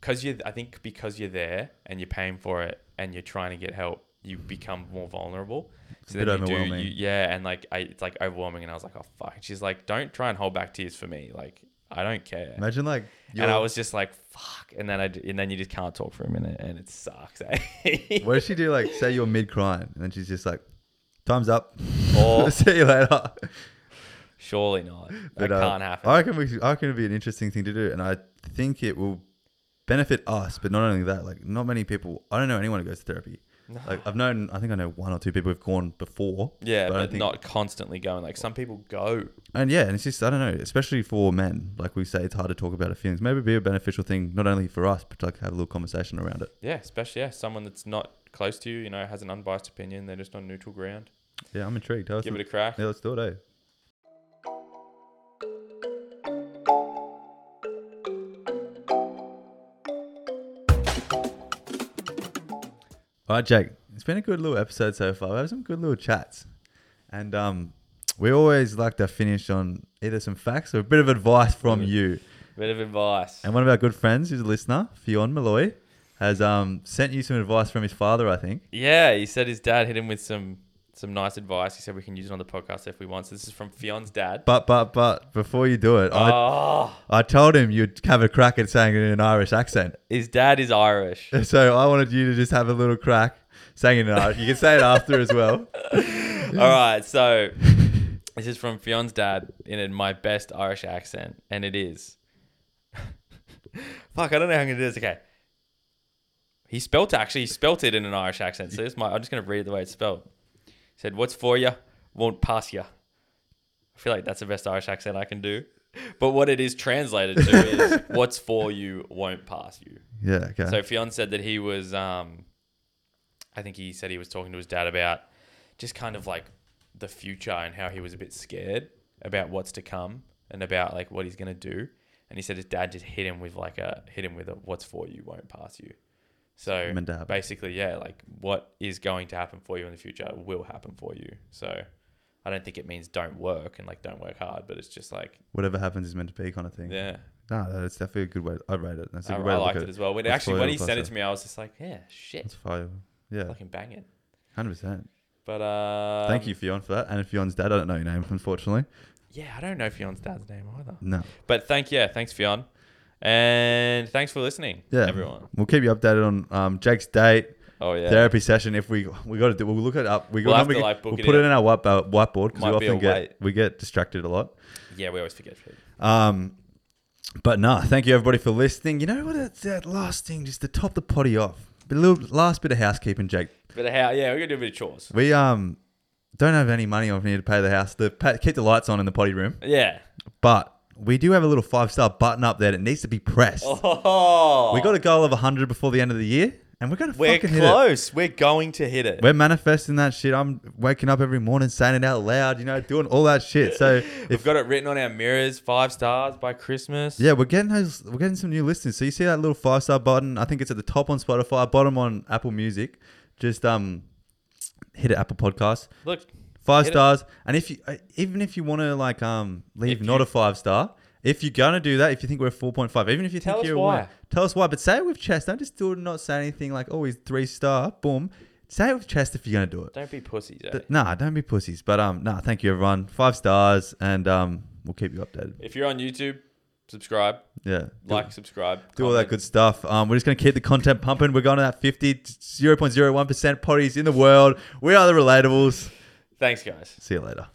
cause you I think because you're there and you're paying for it and you're trying to get help, you become more vulnerable.
a bit
then you do-
overwhelming.
you- yeah, and like I, it's like overwhelming, and I was like, oh fuck. She's like, don't try and hold back tears for me. Like I don't care.
Imagine like
and I
you're-
was just like, fuck. And then I d- and then you just can't talk for a minute, and it sucks. eh?
What does she do? Like, say you're mid crying, and then she's just like, "Time's up.
Or-
See you later."
Surely not.
But,
That
uh,
can't happen.
I reckon we, I reckon it'd be an interesting thing to do, and I think it will benefit us. But not only that, like, not many people. I don't know anyone who goes to therapy. Like, I've known, I think I know one or two people who've gone before.
yeah,
I
but,
don't think-
not constantly going. Like some people go.
And yeah, and it's just I don't know, especially for men. Like we say, it's hard to talk about our feelings. Maybe it'd be a beneficial thing, not only for us, but to, like have a little conversation around it.
Yeah, especially yeah, someone that's not close to you. You know, has an unbiased opinion. They're just on neutral ground.
Yeah, I'm intrigued. I was-
Give it a crack.
yeah, let's do it. Eh? All right, Jake. It's been a good little episode so far. We have some good little chats, and um, we always like to finish on either some facts or a bit of advice from
Mm.
you.
Bit of advice.
And one of our good friends, who's a listener, Fionn Malloy, has um, sent you some advice from his father, I think.
Yeah, he said his dad hit him with some some nice advice. He said we can use it on the podcast if we want. So this is from Fion's dad.
But but but before you do it, I,
oh,
I told him you'd have a crack at saying it in an Irish accent.
his dad is Irish.
So I wanted you to just have a little crack saying it in Irish. You can say it after as well.
All right, so this is from Fion's dad in a- my best Irish accent, and it is. Fuck, I don't know how I'm gonna do this. Okay, he spelt actually he spelt it in an Irish accent. So this my I'm just gonna read it the way it's spelled. He said, "What's for you won't pass you." I feel like that's the best Irish accent I can do. But what it is translated to is "What's for you won't pass you."
Yeah, okay.
So Fionn said that he was, um, I think he said he was talking to his dad about just kind of like the future and how he was a bit scared about what's to come and about like what he's gonna do. And he said his dad just hit him with like a hit him with a "What's for you won't pass you." So
Meant to happen.
basically, yeah, like what is going to happen for you in the future will happen for you. So I don't think it means don't work and like don't work hard, but it's just like
Whatever happens is meant to be kind of thing.
yeah.
No, no, that's definitely a good way. I rate it. That's a
I,
good way
I
to look
liked
at
it as well. When
What's for
actually when
you won't
he
pass
sent
you.
it to me, I was just like, yeah, shit,
That's fire. Yeah,
fucking bang it.
100%.
But uh,
Thank you, Fionn, for that. And Fionn's dad, I don't know your name, unfortunately.
Yeah, I don't know Fion's dad's name either.
No.
But thank yeah, thanks Fion, and thanks for listening.
Yeah.
everyone.
We'll keep you updated on um, Jake's date.
Oh yeah,
therapy session if we we got to do we'll look it up we
We'll
got
have
we
to, like, book
we'll
it
put it
in.
in our white, uh, whiteboard because we
Might be
often
a
get
wait.
we get distracted a lot
yeah. We always forget. shit.
um but nah thank you everybody for listening you know what that's that last thing just to top the potty off a little last bit of housekeeping Jake
But how? Yeah, we're gonna do a bit of chores.
we um don't have any money on here to pay the house the pay, keep the lights on in the potty room
Yeah.
but we do have a little five star button up there that needs to be pressed
Oh,
we got a goal of 100 before the end of the year and we're gonna
We're
fucking hit it.
close. We're going to hit it.
We're manifesting that shit. I'm waking up every morning saying it out loud, you know, doing all that shit. So
We've
if
got it written on our mirrors. Five stars by Christmas.
yeah, we're getting those we're getting some new listeners. So you see that little five star button? I think it's at the top on Spotify, bottom on Apple Music. Just um hit it Apple Podcast.
Look,
Five
Hit it.
stars. And if you uh, even if you want to like um leave
If you-
not a five star, if you're gonna do that, if you think we're four point five, even if you
Tell
think
us
you're
why.
one, tell us why. But say it with chest. Don't just do it and not say anything like, oh, he's three star, boom. Say it with chest if you're gonna do it.
don't be pussies. Eh?
Th- nah, don't be pussies. But um, nah, thank you everyone. Five stars, and um, we'll keep you updated.
if you're on YouTube, subscribe,
Yeah, do,
like, subscribe,
do all that
comment.
good stuff. Um, we're just gonna keep the content pumping. We're going to that 50 0.01 percent potties in the world. We are the relatables.
Thanks, guys.
See you later.